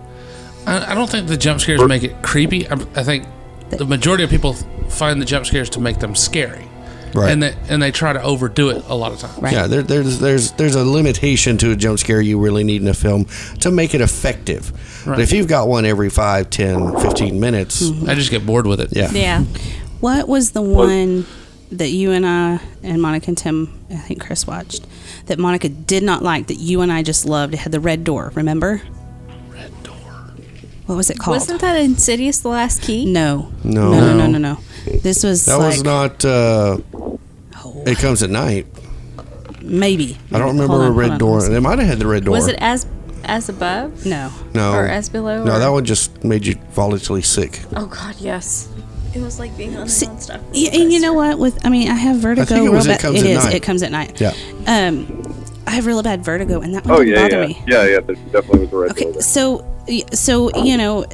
[SPEAKER 4] I, I don't think the jump scares make it creepy. I, I think the majority of people find the jump scares to make them scary,
[SPEAKER 3] Right.
[SPEAKER 4] and they, and they try to overdo it a lot of times.
[SPEAKER 5] Right.
[SPEAKER 3] Yeah, there, there's there's there's a limitation to a jump scare you really need in a film to make it effective. But
[SPEAKER 4] Right.
[SPEAKER 3] if you've got one every 5, 10, 15 minutes,
[SPEAKER 4] I just get bored with it.
[SPEAKER 3] yeah.
[SPEAKER 7] yeah.
[SPEAKER 5] What was the one that you and I and Monica and Tim, I think Chris watched, that Monica did not like that you and I just loved? It had the red door, remember? Red door. What was it called?
[SPEAKER 7] Wasn't that Insidious: The Last Key?
[SPEAKER 5] no.
[SPEAKER 3] No.
[SPEAKER 5] No, no, no, no, no. This was
[SPEAKER 3] That
[SPEAKER 5] like,
[SPEAKER 3] was not uh, It Comes at Night.
[SPEAKER 5] maybe.
[SPEAKER 3] I don't remember
[SPEAKER 5] Hold on,
[SPEAKER 3] a red
[SPEAKER 5] hold on,
[SPEAKER 3] door.
[SPEAKER 5] let me
[SPEAKER 3] They might have had the red door.
[SPEAKER 7] Was it as as above?
[SPEAKER 5] see. No.
[SPEAKER 3] No.
[SPEAKER 7] Or as below,
[SPEAKER 3] No,
[SPEAKER 7] or-
[SPEAKER 3] that one just made you volatily sick.
[SPEAKER 7] Oh God, yes. It was like being on
[SPEAKER 5] See-
[SPEAKER 7] stuff.
[SPEAKER 5] Yeah, and you know what? With I mean, I have vertigo.
[SPEAKER 3] it
[SPEAKER 5] real
[SPEAKER 3] was It
[SPEAKER 5] bad-
[SPEAKER 3] Comes
[SPEAKER 5] it
[SPEAKER 3] at
[SPEAKER 5] is.
[SPEAKER 3] Night.
[SPEAKER 5] It comes at night.
[SPEAKER 3] Yeah.
[SPEAKER 5] Um, I have really bad vertigo, and that one
[SPEAKER 6] Oh
[SPEAKER 5] didn't
[SPEAKER 6] yeah,
[SPEAKER 5] bother
[SPEAKER 6] yeah,
[SPEAKER 5] me.
[SPEAKER 6] yeah, yeah. There definitely was a red door
[SPEAKER 5] Okay,
[SPEAKER 6] there.
[SPEAKER 5] so so you know,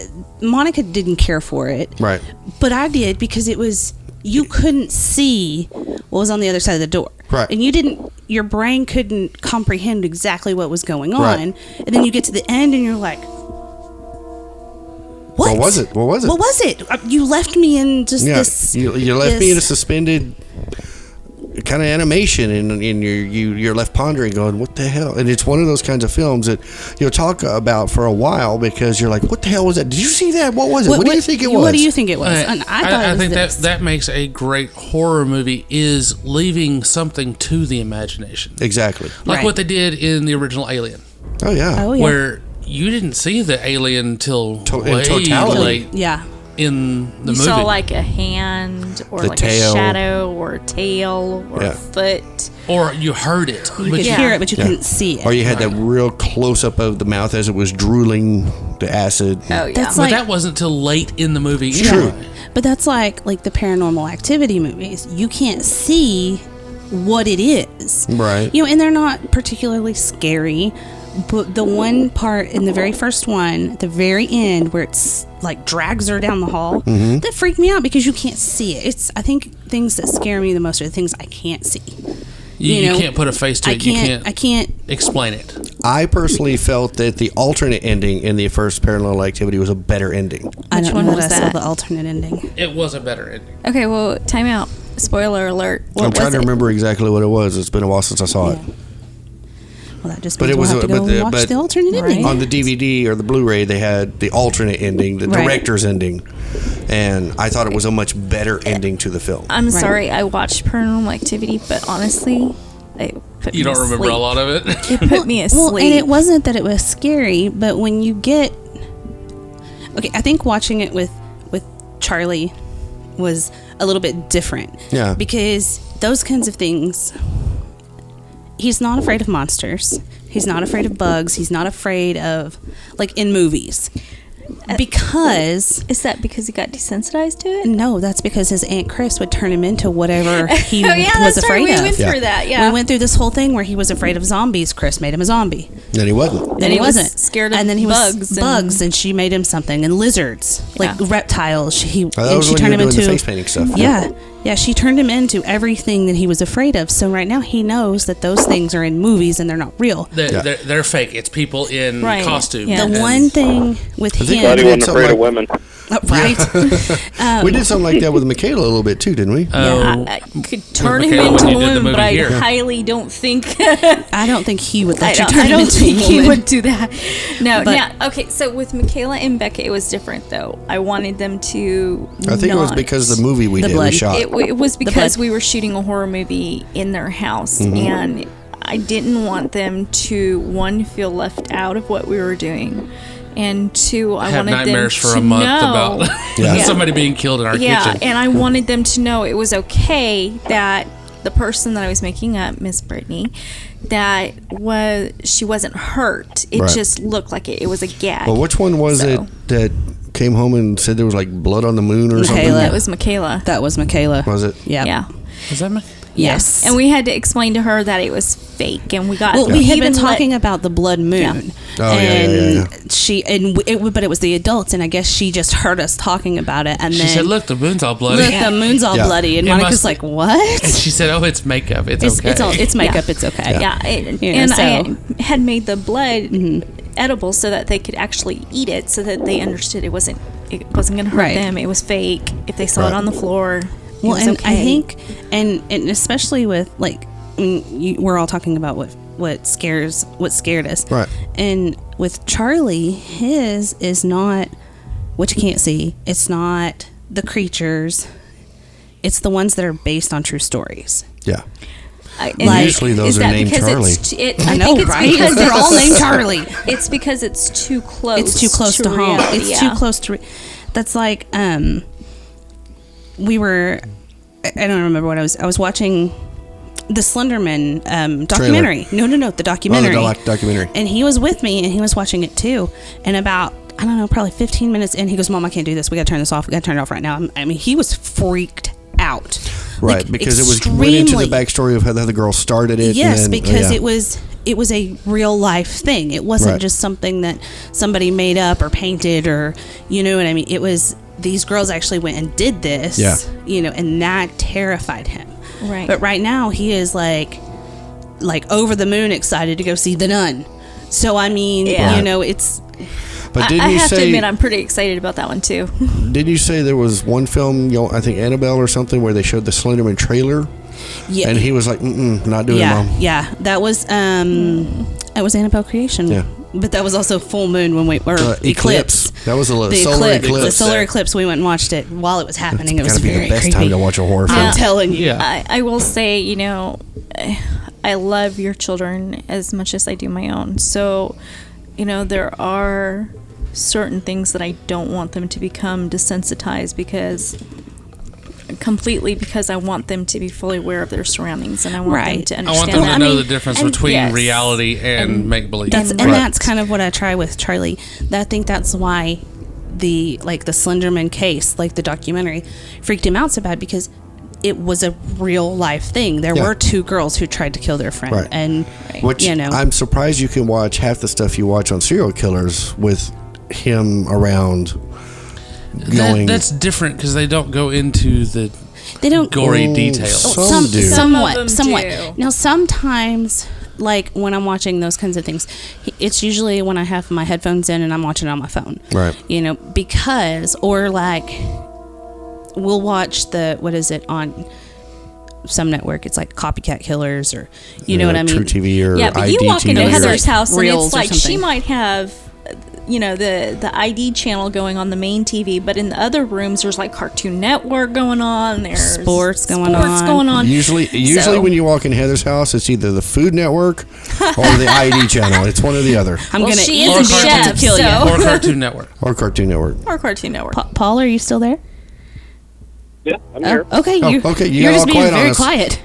[SPEAKER 5] Monica didn't care for it,
[SPEAKER 3] Right.
[SPEAKER 5] But I did because it was you couldn't see what was on the other side of the door,
[SPEAKER 3] Right.
[SPEAKER 5] And you didn't, your brain couldn't comprehend exactly what was going on,
[SPEAKER 3] Right.
[SPEAKER 5] and then you get to the end and you're like. What?
[SPEAKER 3] was it? What was it?"
[SPEAKER 5] What was it? Uh, You left me in just
[SPEAKER 3] Yeah.
[SPEAKER 5] this.
[SPEAKER 3] you, you left me
[SPEAKER 5] this-
[SPEAKER 3] in a suspended kind of animation, and, and you're you, you're left pondering, going, "What the hell?" And it's one of those kinds of films that you'll talk about for a while because you're like, "What the hell was that? Did you see that? What was it? What, do you think it was?"
[SPEAKER 5] What do you think it was?
[SPEAKER 4] I,
[SPEAKER 5] And I
[SPEAKER 4] I-
[SPEAKER 5] thought
[SPEAKER 4] I
[SPEAKER 5] it was
[SPEAKER 4] think
[SPEAKER 5] this.
[SPEAKER 4] that that makes a great horror movie is leaving something to the imagination,
[SPEAKER 3] Exactly.
[SPEAKER 4] like
[SPEAKER 5] Right.
[SPEAKER 4] what they did in the original Alien,
[SPEAKER 3] Oh yeah.
[SPEAKER 5] Oh yeah.
[SPEAKER 4] where you didn't see the alien till
[SPEAKER 3] To- in
[SPEAKER 4] way
[SPEAKER 3] totality.
[SPEAKER 4] late
[SPEAKER 5] yeah.
[SPEAKER 4] in the movie.
[SPEAKER 7] you saw like a hand or
[SPEAKER 3] The
[SPEAKER 7] like
[SPEAKER 3] tail.
[SPEAKER 7] a shadow or a tail or
[SPEAKER 3] Yeah.
[SPEAKER 7] a foot.
[SPEAKER 4] or you heard it,
[SPEAKER 5] You
[SPEAKER 4] but
[SPEAKER 5] could
[SPEAKER 4] you-
[SPEAKER 5] hear it, but you
[SPEAKER 3] Yeah.
[SPEAKER 5] couldn't see it.
[SPEAKER 3] Or you had that real close up of the mouth as it was drooling the acid.
[SPEAKER 7] Oh yeah.
[SPEAKER 5] That's
[SPEAKER 4] but
[SPEAKER 5] like
[SPEAKER 4] that wasn't till late in the movie.
[SPEAKER 3] True.
[SPEAKER 4] anyway.
[SPEAKER 5] But that's like like the paranormal activity movies. You can't see what it is.
[SPEAKER 3] Right.
[SPEAKER 5] You know, and they're not particularly scary. But the one part in the very first one, at the very end, where it's like drags her down the hall,
[SPEAKER 3] Mm-hmm.
[SPEAKER 5] that freaked me out because you can't see it. It's I think things that scare me the most are the things I can't see.
[SPEAKER 4] You,
[SPEAKER 5] You
[SPEAKER 4] you
[SPEAKER 5] know,
[SPEAKER 4] can't put a face to
[SPEAKER 5] I
[SPEAKER 4] it. You
[SPEAKER 5] can't.
[SPEAKER 4] can't
[SPEAKER 5] I can't.
[SPEAKER 4] explain it.
[SPEAKER 3] I personally felt that the alternate ending in the first Paranormal Activity was a better ending.
[SPEAKER 5] I
[SPEAKER 7] Which
[SPEAKER 5] don't
[SPEAKER 7] one
[SPEAKER 5] know
[SPEAKER 7] was
[SPEAKER 5] that I saw
[SPEAKER 7] that?
[SPEAKER 5] the alternate ending.
[SPEAKER 4] It was a better ending.
[SPEAKER 7] Okay, well, time out. Spoiler alert. What
[SPEAKER 3] I'm trying
[SPEAKER 7] was
[SPEAKER 3] to
[SPEAKER 7] it?
[SPEAKER 3] remember exactly what it was. It's been a while since I saw it.
[SPEAKER 5] Yeah. Well, that just
[SPEAKER 3] But
[SPEAKER 5] means
[SPEAKER 3] it was
[SPEAKER 5] we'll have
[SPEAKER 3] a-
[SPEAKER 5] to go
[SPEAKER 3] but
[SPEAKER 5] and
[SPEAKER 3] the-
[SPEAKER 5] watch
[SPEAKER 3] but-
[SPEAKER 5] the alternate ending.
[SPEAKER 3] On the DVD or the Blu-ray, they had the alternate ending, the
[SPEAKER 5] Right.
[SPEAKER 3] director's ending, and I thought it was a much better ending to the film.
[SPEAKER 7] I'm sorry, I watched Paranormal Activity, but honestly, it put
[SPEAKER 4] You
[SPEAKER 7] me
[SPEAKER 4] don't remember
[SPEAKER 7] asleep.
[SPEAKER 4] a lot of it.
[SPEAKER 7] It put me asleep.
[SPEAKER 5] Well, and it wasn't that it was scary, but when you get okay, I think watching it with with Charlie was a little bit different.
[SPEAKER 3] Yeah.
[SPEAKER 5] because those kinds of things. He's not afraid of monsters. He's not afraid of bugs. He's not afraid of like in movies. because
[SPEAKER 7] Is that because he got desensitized to it?
[SPEAKER 5] no, that's because his aunt Chris would turn him into whatever he
[SPEAKER 7] oh yeah,
[SPEAKER 5] was
[SPEAKER 7] that's right.
[SPEAKER 5] afraid
[SPEAKER 7] We
[SPEAKER 5] of.
[SPEAKER 7] went
[SPEAKER 3] Yeah.
[SPEAKER 7] through that. Yeah,
[SPEAKER 5] We went through this whole thing where he was afraid of zombies. Chris made him a zombie.
[SPEAKER 3] Then he wasn't.
[SPEAKER 5] Then
[SPEAKER 7] And
[SPEAKER 5] he,
[SPEAKER 7] he was
[SPEAKER 5] wasn't
[SPEAKER 7] scared of
[SPEAKER 5] and then he
[SPEAKER 7] bugs
[SPEAKER 5] was
[SPEAKER 7] and-
[SPEAKER 5] bugs, and she made him something, and lizards, like
[SPEAKER 7] Yeah.
[SPEAKER 5] reptiles. She, he
[SPEAKER 3] Oh, that
[SPEAKER 5] and
[SPEAKER 3] was
[SPEAKER 5] she
[SPEAKER 3] when
[SPEAKER 5] turned
[SPEAKER 3] you
[SPEAKER 5] him
[SPEAKER 3] were doing
[SPEAKER 5] into
[SPEAKER 3] the face painting stuff.
[SPEAKER 5] Yeah, yeah. She turned him into everything that he was afraid of. So right now he knows that those things are in movies and they're not real.
[SPEAKER 4] They're,
[SPEAKER 3] Yeah.
[SPEAKER 4] they're, they're fake. It's people in
[SPEAKER 7] Right,
[SPEAKER 4] costumes.
[SPEAKER 7] yeah.
[SPEAKER 5] The
[SPEAKER 4] and-
[SPEAKER 5] one thing with
[SPEAKER 3] Yeah,
[SPEAKER 6] Not
[SPEAKER 5] him,
[SPEAKER 3] that-
[SPEAKER 5] oh,
[SPEAKER 6] even
[SPEAKER 3] something
[SPEAKER 6] afraid
[SPEAKER 3] like-
[SPEAKER 6] of women.
[SPEAKER 5] right?
[SPEAKER 3] we did something like that with Michaela a little bit too, didn't we?
[SPEAKER 4] Oh,
[SPEAKER 7] I, I could turn
[SPEAKER 4] Michaela when
[SPEAKER 7] him into
[SPEAKER 4] you did the
[SPEAKER 7] a woman,
[SPEAKER 4] movie
[SPEAKER 7] but I
[SPEAKER 4] here.
[SPEAKER 7] highly don't think
[SPEAKER 5] I don't think he would
[SPEAKER 7] I
[SPEAKER 5] let you
[SPEAKER 7] don't,
[SPEAKER 5] turn
[SPEAKER 7] I
[SPEAKER 5] him
[SPEAKER 7] don't
[SPEAKER 5] into
[SPEAKER 7] think
[SPEAKER 5] a woman.
[SPEAKER 7] he would do that. No,
[SPEAKER 5] But-
[SPEAKER 7] yeah. Okay, so with Michaela and Becca, it was different though. I wanted them to.
[SPEAKER 3] I think it was
[SPEAKER 7] not-
[SPEAKER 3] because the movie we
[SPEAKER 5] The
[SPEAKER 3] did
[SPEAKER 5] blood.
[SPEAKER 3] we shot.
[SPEAKER 7] It, w- it was because
[SPEAKER 5] blood.
[SPEAKER 7] we were shooting a horror movie in their house,
[SPEAKER 4] Mm-hmm.
[SPEAKER 7] and I didn't want them to one feel left out of what we were doing, and two, I
[SPEAKER 4] have
[SPEAKER 7] wanted
[SPEAKER 4] nightmares
[SPEAKER 7] them
[SPEAKER 4] for
[SPEAKER 7] to
[SPEAKER 4] a month
[SPEAKER 7] know.
[SPEAKER 4] about somebody being killed in our
[SPEAKER 7] Yeah,
[SPEAKER 4] kitchen.
[SPEAKER 7] and I wanted them to know it was okay that the person that I was making up, Miss Brittany, that was she wasn't hurt. It
[SPEAKER 3] Right.
[SPEAKER 7] just looked like it. It was a gag.
[SPEAKER 3] Well, which one was
[SPEAKER 7] So-
[SPEAKER 3] it that came home and said there was like blood on the moon or something?
[SPEAKER 5] Michaela.
[SPEAKER 7] That was Michaela.
[SPEAKER 5] That was Michaela.
[SPEAKER 3] Was it?
[SPEAKER 5] Yeah.
[SPEAKER 7] yeah.
[SPEAKER 4] Is that my-
[SPEAKER 5] Yes.
[SPEAKER 7] And we had to explain to her that it was fake, and we got.
[SPEAKER 5] Well, we had
[SPEAKER 7] even
[SPEAKER 5] been
[SPEAKER 7] let-
[SPEAKER 5] talking about the blood moon,
[SPEAKER 3] Oh, yeah, yeah,
[SPEAKER 5] and
[SPEAKER 3] yeah, yeah.
[SPEAKER 5] she and w- it, w- but it was the adults, and I guess she just heard us talking about it, and
[SPEAKER 4] She
[SPEAKER 5] then
[SPEAKER 4] said, "Look, the wound's all bloody."
[SPEAKER 5] look, the moon's all
[SPEAKER 3] Yeah.
[SPEAKER 5] bloody, and
[SPEAKER 4] It
[SPEAKER 5] Monica's
[SPEAKER 4] must-
[SPEAKER 5] like, what?
[SPEAKER 4] And she said, "Oh, it's makeup. It's,
[SPEAKER 5] It's,
[SPEAKER 4] okay."
[SPEAKER 5] it's all it's makeup. It's okay.
[SPEAKER 7] Yeah, it,
[SPEAKER 5] You know,
[SPEAKER 7] and
[SPEAKER 5] so- Mm-hmm.
[SPEAKER 7] I had made the blood edible so that they could actually eat it, so that they understood it wasn't it wasn't going to hurt
[SPEAKER 5] Right.
[SPEAKER 7] them. It was fake. If they saw
[SPEAKER 3] Right.
[SPEAKER 7] it on the floor,
[SPEAKER 5] Well,
[SPEAKER 7] it was
[SPEAKER 5] and I
[SPEAKER 7] okay.
[SPEAKER 5] think, and and especially with like, mm, you, we're all talking about what what scares what scared us,
[SPEAKER 3] Right.
[SPEAKER 5] And with Charlie, his is not what you can't see. It's not the creatures. It's the ones that are based on true stories.
[SPEAKER 3] Yeah.
[SPEAKER 7] I,
[SPEAKER 5] Like-
[SPEAKER 3] Usually those
[SPEAKER 7] is
[SPEAKER 3] are
[SPEAKER 7] that
[SPEAKER 3] named
[SPEAKER 7] because
[SPEAKER 3] Charlie.
[SPEAKER 7] It's, t- it, I,
[SPEAKER 5] know,
[SPEAKER 7] think it's
[SPEAKER 5] right?
[SPEAKER 7] because
[SPEAKER 5] They're all
[SPEAKER 7] it's-
[SPEAKER 5] named Charlie.
[SPEAKER 7] It's because it's too close.
[SPEAKER 5] it's too close to, home.
[SPEAKER 7] reality,
[SPEAKER 5] It's
[SPEAKER 7] yeah.
[SPEAKER 5] too close to. Re- That's like um, we were. I I don't remember what I was. I was watching the Slenderman um, documentary. No, no, no, the documentary.
[SPEAKER 3] Oh, doc- documentary.
[SPEAKER 5] And he was with me, and he was watching it too. And about I don't know, probably 15 minutes in, he goes, "Mom, I can't do this. We got to turn this off. We got to turn it off right now." I'm- I mean, he was freaked out.
[SPEAKER 3] Right,
[SPEAKER 5] Like,
[SPEAKER 3] because it was went into the
[SPEAKER 5] extremely-
[SPEAKER 3] backstory of how the girl started it.
[SPEAKER 5] Yes,
[SPEAKER 3] and then-
[SPEAKER 5] because
[SPEAKER 3] yeah.
[SPEAKER 5] it was it was a real life thing. It wasn't
[SPEAKER 3] Right.
[SPEAKER 5] just something that somebody made up or painted or you know what I mean. It was these girls actually went and did this.
[SPEAKER 3] Yeah.
[SPEAKER 5] You know, and that terrified him.
[SPEAKER 7] Right.
[SPEAKER 5] But right now he is like like over the moon excited to go see the nun. So I mean,
[SPEAKER 7] Yeah.
[SPEAKER 5] you
[SPEAKER 3] Right.
[SPEAKER 5] know, it's
[SPEAKER 3] But
[SPEAKER 7] I,
[SPEAKER 3] didn't
[SPEAKER 7] I
[SPEAKER 3] you
[SPEAKER 7] have to
[SPEAKER 3] say?
[SPEAKER 7] admit, I'm pretty excited about that one too.
[SPEAKER 3] didn't you say there was one film? You know, I think Annabelle or something where they showed the Slenderman trailer,
[SPEAKER 5] yeah.
[SPEAKER 3] and he was like, Mm-mm, "Not doing
[SPEAKER 5] yeah,
[SPEAKER 3] it, mom."
[SPEAKER 5] yeah. That was um it was Annabelle creation.
[SPEAKER 3] Yeah.
[SPEAKER 5] But that was also full moon when we or
[SPEAKER 3] Uh,
[SPEAKER 5] eclipse.
[SPEAKER 3] That was a lo-
[SPEAKER 5] the
[SPEAKER 3] solar
[SPEAKER 5] eclipse, the
[SPEAKER 3] eclipse.
[SPEAKER 5] solar eclipse. We went and watched it while it was happening. It was
[SPEAKER 3] Gotta be
[SPEAKER 5] very
[SPEAKER 3] the best
[SPEAKER 5] creepy.
[SPEAKER 3] time to watch a horror film.
[SPEAKER 5] I'm telling you.
[SPEAKER 4] yeah.
[SPEAKER 7] I, I will say, you know, I love your children as much as I do my own. So, you know, there are certain things that I don't want them to become desensitized because completely because I want them to be fully aware of their surroundings and I want them
[SPEAKER 5] Right.
[SPEAKER 7] to
[SPEAKER 4] I want
[SPEAKER 7] understand
[SPEAKER 4] them to
[SPEAKER 7] that.
[SPEAKER 4] know
[SPEAKER 7] I mean,
[SPEAKER 4] the difference
[SPEAKER 7] and-
[SPEAKER 4] between
[SPEAKER 7] yes.
[SPEAKER 4] reality and, make believe.
[SPEAKER 5] That's and that's kind of what I try with Charlie. I think that's why the like the Slenderman case, like the documentary, freaked him out so bad because it was a real life thing. There
[SPEAKER 3] Yeah.
[SPEAKER 5] were two girls who tried to kill their friend,
[SPEAKER 3] Right.
[SPEAKER 5] and
[SPEAKER 3] Which
[SPEAKER 5] you know,
[SPEAKER 3] I'm surprised you can watch half the stuff you watch on serial killers with him around.
[SPEAKER 4] That-
[SPEAKER 3] Going
[SPEAKER 4] that's different because they don't go into the
[SPEAKER 5] they don't
[SPEAKER 4] gory
[SPEAKER 3] Oh,
[SPEAKER 4] details.
[SPEAKER 3] so- Some do.
[SPEAKER 7] Some of
[SPEAKER 5] somewhat,
[SPEAKER 7] them
[SPEAKER 5] somewhat.
[SPEAKER 7] do.
[SPEAKER 5] Now, sometimes, like when I'm watching those kinds of things, h- it's usually when I have my headphones in and I'm watching on my phone.
[SPEAKER 3] Right.
[SPEAKER 5] You know, because or like we'll watch the what is it on some network? It's like Copycat Killers or you know what I mean?
[SPEAKER 3] Uh, True TV or
[SPEAKER 7] Yeah, but you
[SPEAKER 3] IDTV
[SPEAKER 7] walk into
[SPEAKER 3] or-
[SPEAKER 7] Heather's house and
[SPEAKER 5] reels
[SPEAKER 7] it's
[SPEAKER 5] or
[SPEAKER 7] like she
[SPEAKER 5] something.
[SPEAKER 7] might have, uh, you know, the the ID channel going on the main TV, but in the other rooms there's like Cartoon Network going on, there's
[SPEAKER 5] Sports going
[SPEAKER 7] sports
[SPEAKER 5] on.
[SPEAKER 7] going on.
[SPEAKER 3] Usually, usually
[SPEAKER 7] So-
[SPEAKER 3] when you walk in Heather's house, it's either the Food Network or the ID channel. It's one or the other,
[SPEAKER 5] I'm
[SPEAKER 7] Well,
[SPEAKER 5] gonna
[SPEAKER 7] she
[SPEAKER 5] eat
[SPEAKER 7] is
[SPEAKER 5] and
[SPEAKER 7] a
[SPEAKER 5] be
[SPEAKER 4] Cartoon-
[SPEAKER 5] able
[SPEAKER 7] chef,
[SPEAKER 5] to kill
[SPEAKER 7] so-
[SPEAKER 5] you.
[SPEAKER 4] or Cartoon Network.
[SPEAKER 3] or Cartoon Network.
[SPEAKER 7] or Cartoon Network.
[SPEAKER 5] Pa- Paul, are you still there?
[SPEAKER 6] Yeah, I'm
[SPEAKER 5] Oh,
[SPEAKER 6] here.
[SPEAKER 5] okay,
[SPEAKER 3] Oh,
[SPEAKER 5] you,
[SPEAKER 3] okay, you
[SPEAKER 5] are
[SPEAKER 3] got
[SPEAKER 5] just
[SPEAKER 3] all
[SPEAKER 5] being
[SPEAKER 3] quiet on
[SPEAKER 5] very
[SPEAKER 3] us.
[SPEAKER 5] quiet.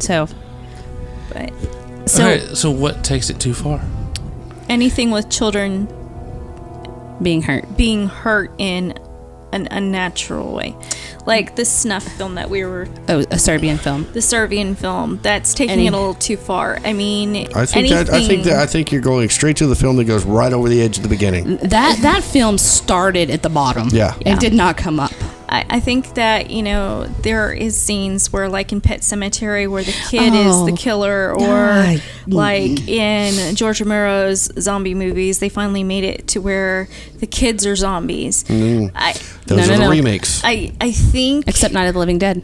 [SPEAKER 5] So,
[SPEAKER 7] But
[SPEAKER 5] so
[SPEAKER 4] okay, so what takes it too far?
[SPEAKER 7] anything with children
[SPEAKER 8] being hurt.
[SPEAKER 7] being hurt in an unnatural way. Like the snuff film that we were,
[SPEAKER 8] Oh, a Serbian film.
[SPEAKER 7] the Serbian film, that's taking
[SPEAKER 8] Any-
[SPEAKER 7] it a little too far. I mean,
[SPEAKER 3] I think
[SPEAKER 7] anything,
[SPEAKER 3] that I think that I think you're going straight to the film that goes right over the edge at the beginning.
[SPEAKER 8] That that film started at the bottom.
[SPEAKER 3] Yeah.
[SPEAKER 8] It
[SPEAKER 3] Yeah.
[SPEAKER 8] did not come up.
[SPEAKER 7] I, I think that you know there is scenes where like in Pet Cemetery where the kid
[SPEAKER 8] Oh.
[SPEAKER 7] is the killer, or
[SPEAKER 8] Ah,
[SPEAKER 7] like in George Romero's zombie movies, they finally made it to where the kids are zombies. I,
[SPEAKER 3] Those
[SPEAKER 8] No, no,
[SPEAKER 3] are the
[SPEAKER 8] no.
[SPEAKER 3] remakes.
[SPEAKER 7] I I think
[SPEAKER 8] Mm. Except Night of the Living Dead.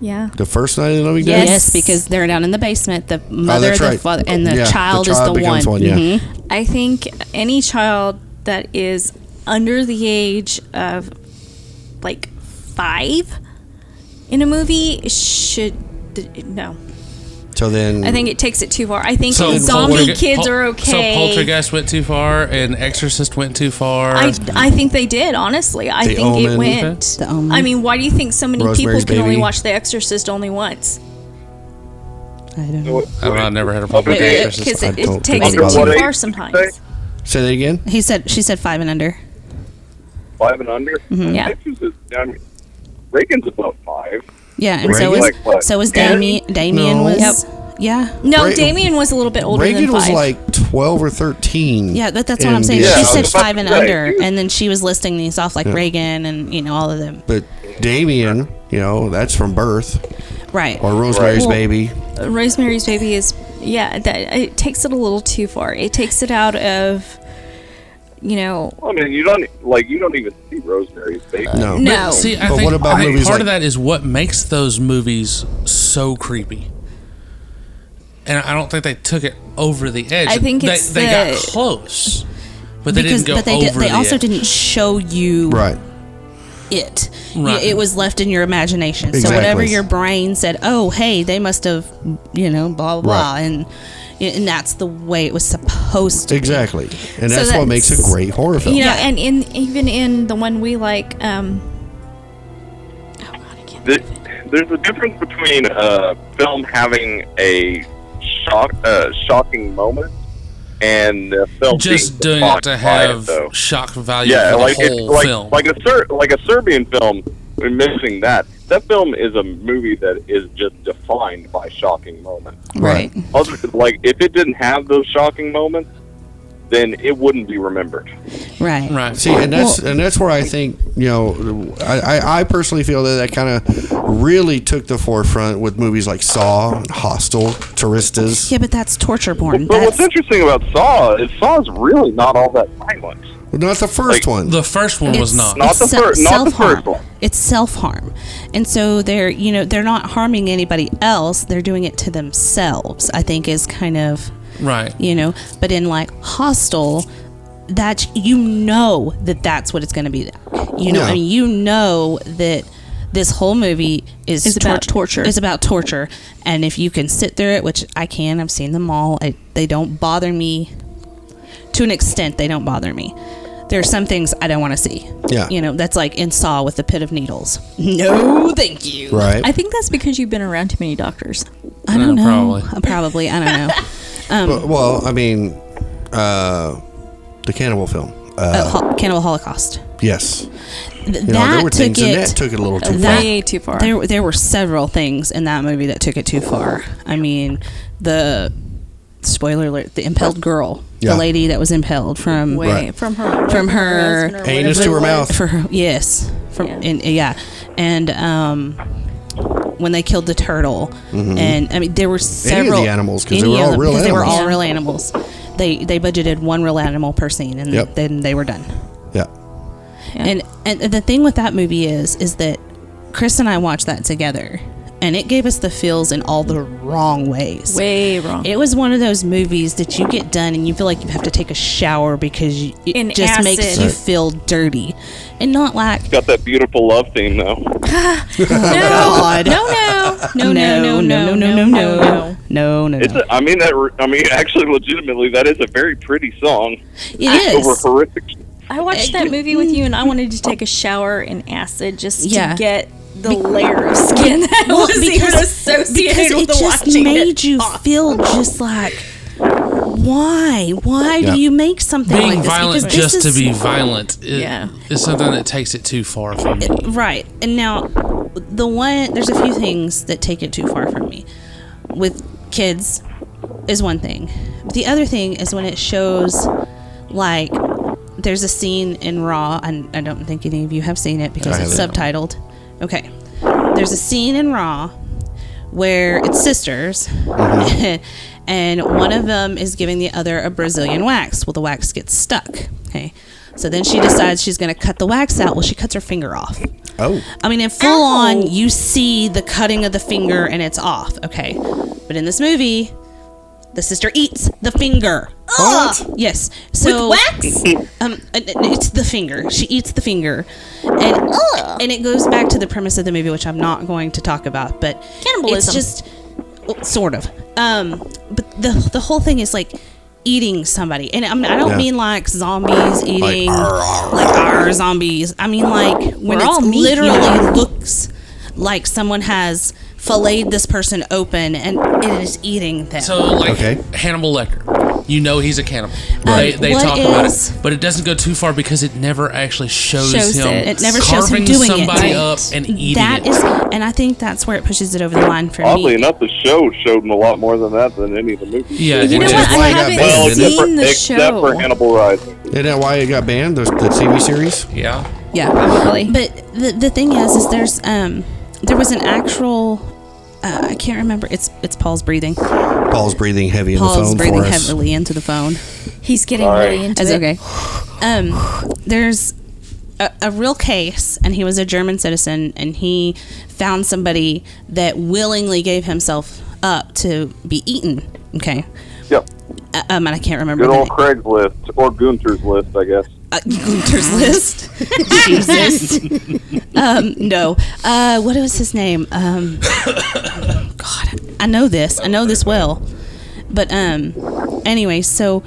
[SPEAKER 7] yeah.
[SPEAKER 3] the first night of the Living
[SPEAKER 7] Yes.
[SPEAKER 3] Dead.
[SPEAKER 8] Yes, because they're down in the basement. The mother,
[SPEAKER 3] Oh, that's
[SPEAKER 8] the
[SPEAKER 3] right.
[SPEAKER 8] father, and the
[SPEAKER 3] Yeah, the
[SPEAKER 8] child is the
[SPEAKER 3] child
[SPEAKER 8] one.
[SPEAKER 3] becomes one, yeah.
[SPEAKER 8] Mhm.
[SPEAKER 7] I think any child that is under the age of like five in a movie should no.
[SPEAKER 3] So then
[SPEAKER 7] I think it takes it too far. I think
[SPEAKER 4] So
[SPEAKER 7] zombie
[SPEAKER 4] Polterge-
[SPEAKER 7] kids
[SPEAKER 4] Pol-
[SPEAKER 7] are
[SPEAKER 4] So
[SPEAKER 7] okay.
[SPEAKER 4] Poltergeist went too far, and Exorcist went too far.
[SPEAKER 7] I, I think they did honestly. I
[SPEAKER 3] The
[SPEAKER 7] think
[SPEAKER 3] Omen.
[SPEAKER 7] it went.
[SPEAKER 8] The Omen.
[SPEAKER 7] I mean, why do you think so many
[SPEAKER 3] Rosemary's
[SPEAKER 7] people can only
[SPEAKER 3] Baby.
[SPEAKER 7] watch The Exorcist only once?
[SPEAKER 8] I don't know.
[SPEAKER 6] What-
[SPEAKER 4] I, don't know, I never had a problem with
[SPEAKER 6] Wait,
[SPEAKER 4] Exorcist.
[SPEAKER 7] Because
[SPEAKER 3] I
[SPEAKER 7] it,
[SPEAKER 3] don't
[SPEAKER 7] it takes
[SPEAKER 3] think
[SPEAKER 7] it
[SPEAKER 3] it's
[SPEAKER 7] too
[SPEAKER 6] possible.
[SPEAKER 7] far sometimes.
[SPEAKER 3] say that again.
[SPEAKER 8] He said she said five and under.
[SPEAKER 6] Five and under?
[SPEAKER 7] Yeah.
[SPEAKER 6] Exorcist, I mean, Reagan's above five.
[SPEAKER 8] Yeah, and
[SPEAKER 3] Reagan?
[SPEAKER 8] so was
[SPEAKER 6] Like what?
[SPEAKER 8] so was
[SPEAKER 6] Annie?
[SPEAKER 8] Damien. Damien
[SPEAKER 3] No.
[SPEAKER 8] was yeah.
[SPEAKER 7] No,
[SPEAKER 3] Reagan-
[SPEAKER 7] Damien was a little bit older
[SPEAKER 3] Reagan
[SPEAKER 7] than
[SPEAKER 3] was
[SPEAKER 7] five.
[SPEAKER 3] like twelve or thirteen.
[SPEAKER 8] Yeah, that, that's what I'm
[SPEAKER 3] in
[SPEAKER 8] saying.
[SPEAKER 3] the-
[SPEAKER 6] Yeah, I
[SPEAKER 8] she
[SPEAKER 6] was
[SPEAKER 8] said
[SPEAKER 6] about
[SPEAKER 8] five
[SPEAKER 6] to
[SPEAKER 8] and
[SPEAKER 6] say.
[SPEAKER 8] under, and then she was listing these off like Reagan and you know all of them.
[SPEAKER 3] But Damien, you know, that's from birth
[SPEAKER 8] Right.
[SPEAKER 3] or Rosemary's
[SPEAKER 7] Well-
[SPEAKER 3] Baby.
[SPEAKER 7] Rosemary's Baby is yeah that it takes it a little too far. It takes it out of you know
[SPEAKER 6] I mean, you don't like you don't even see Rosemary's Baby.
[SPEAKER 3] No.
[SPEAKER 8] Oh.
[SPEAKER 7] no
[SPEAKER 4] See, I
[SPEAKER 3] But
[SPEAKER 4] think,
[SPEAKER 3] what about
[SPEAKER 4] I think
[SPEAKER 3] movies
[SPEAKER 4] part of
[SPEAKER 3] like-
[SPEAKER 4] that is what makes those movies so creepy. And I don't think they took it over the edge.
[SPEAKER 7] I think
[SPEAKER 4] they,
[SPEAKER 7] it's
[SPEAKER 4] they got
[SPEAKER 7] the-
[SPEAKER 4] close, but they
[SPEAKER 8] because
[SPEAKER 4] didn't go
[SPEAKER 8] but they
[SPEAKER 4] over
[SPEAKER 8] did, they
[SPEAKER 4] the
[SPEAKER 8] also
[SPEAKER 4] edge.
[SPEAKER 8] didn't show you
[SPEAKER 3] Right.
[SPEAKER 8] it.
[SPEAKER 4] Right.
[SPEAKER 8] It was left in your imagination. So
[SPEAKER 3] Exactly.
[SPEAKER 8] whatever your brain said, oh hey, they must have, you know, blah blah blah,
[SPEAKER 3] Right.
[SPEAKER 8] and and that's the way it was supposed to. be.
[SPEAKER 3] Exactly. And
[SPEAKER 7] So
[SPEAKER 3] that's what makes a
[SPEAKER 7] that's-
[SPEAKER 3] great horror film.
[SPEAKER 7] you know
[SPEAKER 8] Yeah.
[SPEAKER 7] and in even in the one we like um oh god I can't
[SPEAKER 6] Th there's a difference between a film having a shock, uh, shocking moment and a film
[SPEAKER 4] Just
[SPEAKER 6] being
[SPEAKER 4] doing it
[SPEAKER 6] defined
[SPEAKER 4] to
[SPEAKER 6] by
[SPEAKER 4] have
[SPEAKER 6] though.
[SPEAKER 4] shock value
[SPEAKER 6] yeah,
[SPEAKER 4] for
[SPEAKER 6] like
[SPEAKER 4] the
[SPEAKER 6] it,
[SPEAKER 4] whole
[SPEAKER 6] like
[SPEAKER 4] film.
[SPEAKER 6] like a Ser- like a Serbian film. We're missing that. That film is a movie that is just defined by shocking moments.
[SPEAKER 8] Right.
[SPEAKER 6] Other, like if it didn't have those shocking moments, then it wouldn't be remembered.
[SPEAKER 8] Right.
[SPEAKER 4] right.
[SPEAKER 3] See, and that's and that's where I think you know, I, I, I personally feel that that kind of really took the forefront with movies like Saw, Hostel, Touristas.
[SPEAKER 8] Yeah, but that's torture porn.
[SPEAKER 6] But what's
[SPEAKER 8] that's
[SPEAKER 6] interesting about Saw is Saw is really not all that violent.
[SPEAKER 3] Well, not the first
[SPEAKER 6] Like-
[SPEAKER 3] one.
[SPEAKER 4] the first one was not.
[SPEAKER 6] Not the
[SPEAKER 8] se-
[SPEAKER 6] fir- not the
[SPEAKER 8] self-harm.
[SPEAKER 6] first one.
[SPEAKER 8] It's self harm, and so they're you know they're not harming anybody else. They're doing it to themselves. I think is kind of
[SPEAKER 4] right.
[SPEAKER 8] you know. But in like hostile, that you know that that's what it's going to be. You know,
[SPEAKER 3] Yeah.
[SPEAKER 8] I mean, you know that this whole movie is
[SPEAKER 7] It's about torture.
[SPEAKER 8] It's about torture, and if you can sit through it, which I can, I've seen them all. I, they don't bother me to an extent. They don't bother me. There are some things I don't want to see.
[SPEAKER 3] Yeah.
[SPEAKER 8] You know, that's like in Saw with the pit of needles. No, thank you.
[SPEAKER 3] right.
[SPEAKER 7] I think that's because you've been around too many doctors.
[SPEAKER 8] I don't
[SPEAKER 4] Yeah,
[SPEAKER 8] know.
[SPEAKER 4] probably.
[SPEAKER 8] Probably. probably. I don't know.
[SPEAKER 3] But- well, I mean, uh, the cannibal film. Uh,
[SPEAKER 8] Uh, Hol- Cannibal Holocaust.
[SPEAKER 3] yes.
[SPEAKER 8] Th-
[SPEAKER 3] You know,
[SPEAKER 8] that
[SPEAKER 3] there were
[SPEAKER 8] took
[SPEAKER 3] things
[SPEAKER 8] it.
[SPEAKER 3] in that took it a little too
[SPEAKER 8] that-
[SPEAKER 3] far.
[SPEAKER 7] Way too far.
[SPEAKER 8] There, there were several things in that movie that took it too far. I mean, the spoiler alert: the impaled girl,
[SPEAKER 3] Yeah.
[SPEAKER 8] the lady that was impaled from
[SPEAKER 7] Way
[SPEAKER 3] Right.
[SPEAKER 7] from her
[SPEAKER 8] From her-
[SPEAKER 7] husband or
[SPEAKER 3] Anus to
[SPEAKER 7] whatever it
[SPEAKER 3] her
[SPEAKER 7] was.
[SPEAKER 3] mouth.
[SPEAKER 8] for her, yes, from
[SPEAKER 7] Yeah.
[SPEAKER 8] yeah. And, yeah, and um, when they killed the turtle, and I mean, there were
[SPEAKER 3] Mm-hmm. of the
[SPEAKER 8] several
[SPEAKER 3] animals, 'cause they
[SPEAKER 8] any
[SPEAKER 3] were
[SPEAKER 8] of
[SPEAKER 3] all
[SPEAKER 8] them,
[SPEAKER 3] real
[SPEAKER 8] 'cause They were all
[SPEAKER 3] animals.
[SPEAKER 8] real animals. They they budgeted one real animal per scene, and
[SPEAKER 3] Yep.
[SPEAKER 8] then they were done.
[SPEAKER 3] Yeah.
[SPEAKER 8] And and the thing with that movie is is that Chris and I watched that together and it gave us the feels in all the wrong ways.
[SPEAKER 7] Way wrong.
[SPEAKER 8] It was one of those movies that you get done and you feel like you have to take a shower because you, it
[SPEAKER 7] And
[SPEAKER 8] just makes
[SPEAKER 7] acid.
[SPEAKER 8] you
[SPEAKER 7] Right.
[SPEAKER 8] feel dirty. And not like
[SPEAKER 6] Got that beautiful love theme though.
[SPEAKER 8] God.
[SPEAKER 7] No, no, Oh, no, no, no, no,
[SPEAKER 8] no, no, no, no, no,
[SPEAKER 6] It's
[SPEAKER 8] no.
[SPEAKER 6] a, I mean that. re- I mean actually, legitimately, that is a very pretty song
[SPEAKER 8] It
[SPEAKER 6] over
[SPEAKER 8] is.
[SPEAKER 6] horrific.
[SPEAKER 7] I watched that movie with you, and I wanted to take a shower in acid just
[SPEAKER 8] Yeah.
[SPEAKER 7] to get the layer of skin that
[SPEAKER 8] Well,
[SPEAKER 7] was even associated
[SPEAKER 8] because
[SPEAKER 7] with
[SPEAKER 8] it
[SPEAKER 7] the
[SPEAKER 8] just
[SPEAKER 7] watching
[SPEAKER 8] made
[SPEAKER 7] it.
[SPEAKER 8] you feel just like why? Why
[SPEAKER 3] Yeah.
[SPEAKER 8] do you make something
[SPEAKER 4] Being
[SPEAKER 8] like this?
[SPEAKER 4] violent
[SPEAKER 8] Because this
[SPEAKER 4] just
[SPEAKER 8] is-
[SPEAKER 4] to be violent i- is,
[SPEAKER 7] Yeah.
[SPEAKER 4] something that takes it too far for me.
[SPEAKER 8] Right. And now, the one, there's a few things that take it too far from me. With kids, is one thing. But the other thing is when it shows, like, there's a scene in Raw, and I don't think any of you have seen it because
[SPEAKER 3] I
[SPEAKER 8] it's
[SPEAKER 3] haven't.
[SPEAKER 8] subtitled. Okay. There's a scene in Raw where it's sisters,
[SPEAKER 3] Mm-hmm.
[SPEAKER 8] and one of them is giving the other a Brazilian wax. Well, the wax gets stuck. Okay. So then she decides she's going to cut the wax out. Well, she cuts her finger off.
[SPEAKER 3] Oh,
[SPEAKER 8] I mean, in full on, you see the cutting of the finger and it's off. Okay. But in this movie, the sister eats the finger.
[SPEAKER 5] What?
[SPEAKER 8] Yes. So
[SPEAKER 5] Wax?
[SPEAKER 8] um, and- and it's the finger. She eats the finger, and
[SPEAKER 5] Ugh.
[SPEAKER 8] and it goes back to the premise of the movie, which I'm not going to talk about. But
[SPEAKER 5] Cannibalism.
[SPEAKER 8] It's just well, sort of. Um, but the the whole thing is like eating somebody, and I'm, I don't
[SPEAKER 3] Yeah.
[SPEAKER 8] mean like zombies eating like
[SPEAKER 3] "Arr,
[SPEAKER 8] our zombies. I mean like when
[SPEAKER 5] We're all
[SPEAKER 8] it
[SPEAKER 5] meat, you
[SPEAKER 8] literally
[SPEAKER 5] know.
[SPEAKER 8] looks like someone has filleted this person open and it is eating them.
[SPEAKER 4] So, like
[SPEAKER 3] Okay.
[SPEAKER 4] Hannibal Lecter, you know he's a cannibal.
[SPEAKER 8] Right.
[SPEAKER 4] They, they
[SPEAKER 8] Uh, What
[SPEAKER 4] talk about
[SPEAKER 8] is-
[SPEAKER 4] it, but it doesn't go too far because it never actually shows,
[SPEAKER 7] Shows
[SPEAKER 4] him.
[SPEAKER 7] it.
[SPEAKER 8] It never shows him
[SPEAKER 4] carving
[SPEAKER 8] doing it.
[SPEAKER 4] somebody
[SPEAKER 8] Right.
[SPEAKER 4] up and eating
[SPEAKER 8] That
[SPEAKER 4] it.
[SPEAKER 8] is, and I think that's where it pushes it over the line for me.
[SPEAKER 6] Oddly enough, the show showed him a lot more than that than any of the movies.
[SPEAKER 4] yeah,
[SPEAKER 7] You
[SPEAKER 4] it
[SPEAKER 7] know
[SPEAKER 4] is.
[SPEAKER 7] what?
[SPEAKER 3] why
[SPEAKER 7] I
[SPEAKER 3] it got
[SPEAKER 7] haven't
[SPEAKER 3] banned,
[SPEAKER 6] Except, for,
[SPEAKER 7] seen the
[SPEAKER 6] except for
[SPEAKER 7] show.
[SPEAKER 6] Hannibal Rising.
[SPEAKER 3] isn't that why it got banned? The, the TV series.
[SPEAKER 4] Yeah.
[SPEAKER 8] Yeah,
[SPEAKER 7] Probably.
[SPEAKER 8] but the the thing is, is there's um there was an actual uh, I can't remember. It's it's Paul's breathing.
[SPEAKER 3] Paul's breathing heavy in the
[SPEAKER 8] Paul's
[SPEAKER 3] phone
[SPEAKER 8] breathing
[SPEAKER 3] for us.
[SPEAKER 8] heavily into the phone.
[SPEAKER 5] He's getting really into
[SPEAKER 8] That's
[SPEAKER 5] it.
[SPEAKER 8] okay. Um, there's a, a real case, and he was a German citizen, and he found somebody that willingly gave himself up to be eaten. Okay,
[SPEAKER 6] Yep.
[SPEAKER 8] uh, um, and I can't remember.
[SPEAKER 6] Good
[SPEAKER 8] the
[SPEAKER 6] old
[SPEAKER 8] name.
[SPEAKER 6] Craigslist or Gunther's list, I guess.
[SPEAKER 8] uh, Gunter's list. Jesus. um, no. Uh, what was his name? Um, God, I know this. I know this well. But um, anyway, so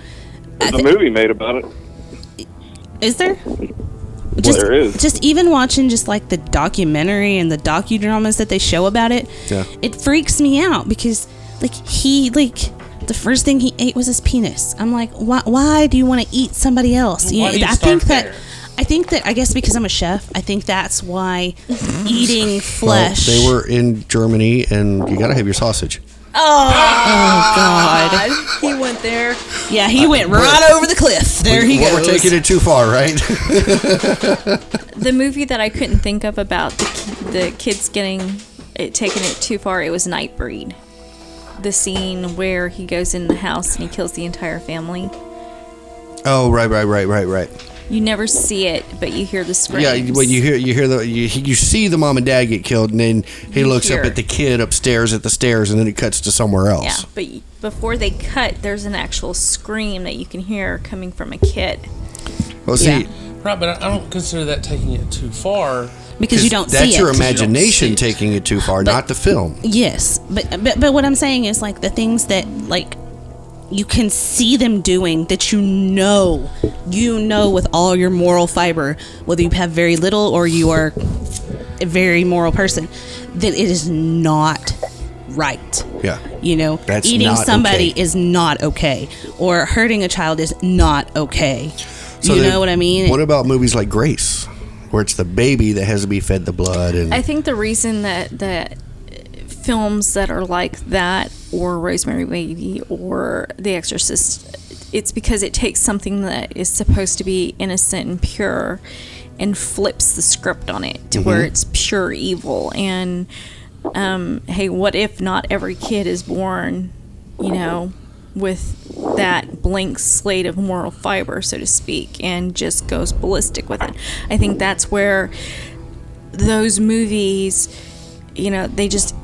[SPEAKER 6] There's a movie made about it.
[SPEAKER 8] is there? Just,
[SPEAKER 6] there is.
[SPEAKER 8] just even watching just like the documentary and the docudramas that they show about it,
[SPEAKER 3] Yeah.
[SPEAKER 8] it freaks me out because like he like the first thing he ate was his penis. I'm like, why? Why do you want to eat somebody else?
[SPEAKER 4] Why do you
[SPEAKER 8] I
[SPEAKER 4] start
[SPEAKER 8] think that
[SPEAKER 4] there?
[SPEAKER 8] I think that I guess because I'm a chef, I think that's why eating
[SPEAKER 3] Well,
[SPEAKER 8] flesh.
[SPEAKER 3] they were in Germany, and you gotta have your sausage.
[SPEAKER 8] Oh,
[SPEAKER 5] He went there.
[SPEAKER 8] yeah, he went right over the cliff. There he
[SPEAKER 3] Well,
[SPEAKER 8] goes.
[SPEAKER 3] we're taking it too far, right?
[SPEAKER 7] the movie that I couldn't think of about the, ki- the kids getting it taking it too far, it was Nightbreed. The scene where he goes in the house and he kills the entire family.
[SPEAKER 3] oh, right, right, right, right, right.
[SPEAKER 7] You never see it, but you hear the screams.
[SPEAKER 3] Yeah, well, you hear you hear the you, you see the mom and dad get killed, and then he
[SPEAKER 7] You
[SPEAKER 3] looks
[SPEAKER 7] hear.
[SPEAKER 3] up at the kid upstairs at the stairs, and then it cuts to somewhere
[SPEAKER 7] Yeah,
[SPEAKER 3] else.
[SPEAKER 7] but y- before they cut, there's an actual scream that you can hear coming from a kid.
[SPEAKER 3] Well, see,
[SPEAKER 8] Yeah.
[SPEAKER 4] Right, but I I don't consider that taking it too far.
[SPEAKER 8] because you don't
[SPEAKER 3] that's
[SPEAKER 8] see
[SPEAKER 3] your
[SPEAKER 8] it.
[SPEAKER 3] imagination
[SPEAKER 4] You don't see it.
[SPEAKER 3] taking it too far, not the film.
[SPEAKER 8] Yes, but, but but what I'm saying is like the things that like you can see them doing that you know you know with all your moral fiber whether you have very little or you are a very moral person that it is not right.
[SPEAKER 3] Yeah.
[SPEAKER 8] You know,
[SPEAKER 3] That's
[SPEAKER 8] eating
[SPEAKER 3] not
[SPEAKER 8] somebody
[SPEAKER 3] okay.
[SPEAKER 8] is not okay or hurting a child is not okay. you
[SPEAKER 3] then
[SPEAKER 8] know what I mean?
[SPEAKER 3] What about movies like Grace, where it's the baby that has to be fed the blood, and
[SPEAKER 7] I think the reason that that uh, films that are like that or Rosemary Baby or The Exorcist it's because it takes something that is supposed to be innocent and pure and flips the script on it to where it's pure evil and um, hey what if not every kid is born you know with that blank slate of moral fiber so to speak and just goes ballistic with it i think that's where those movies, you know, they just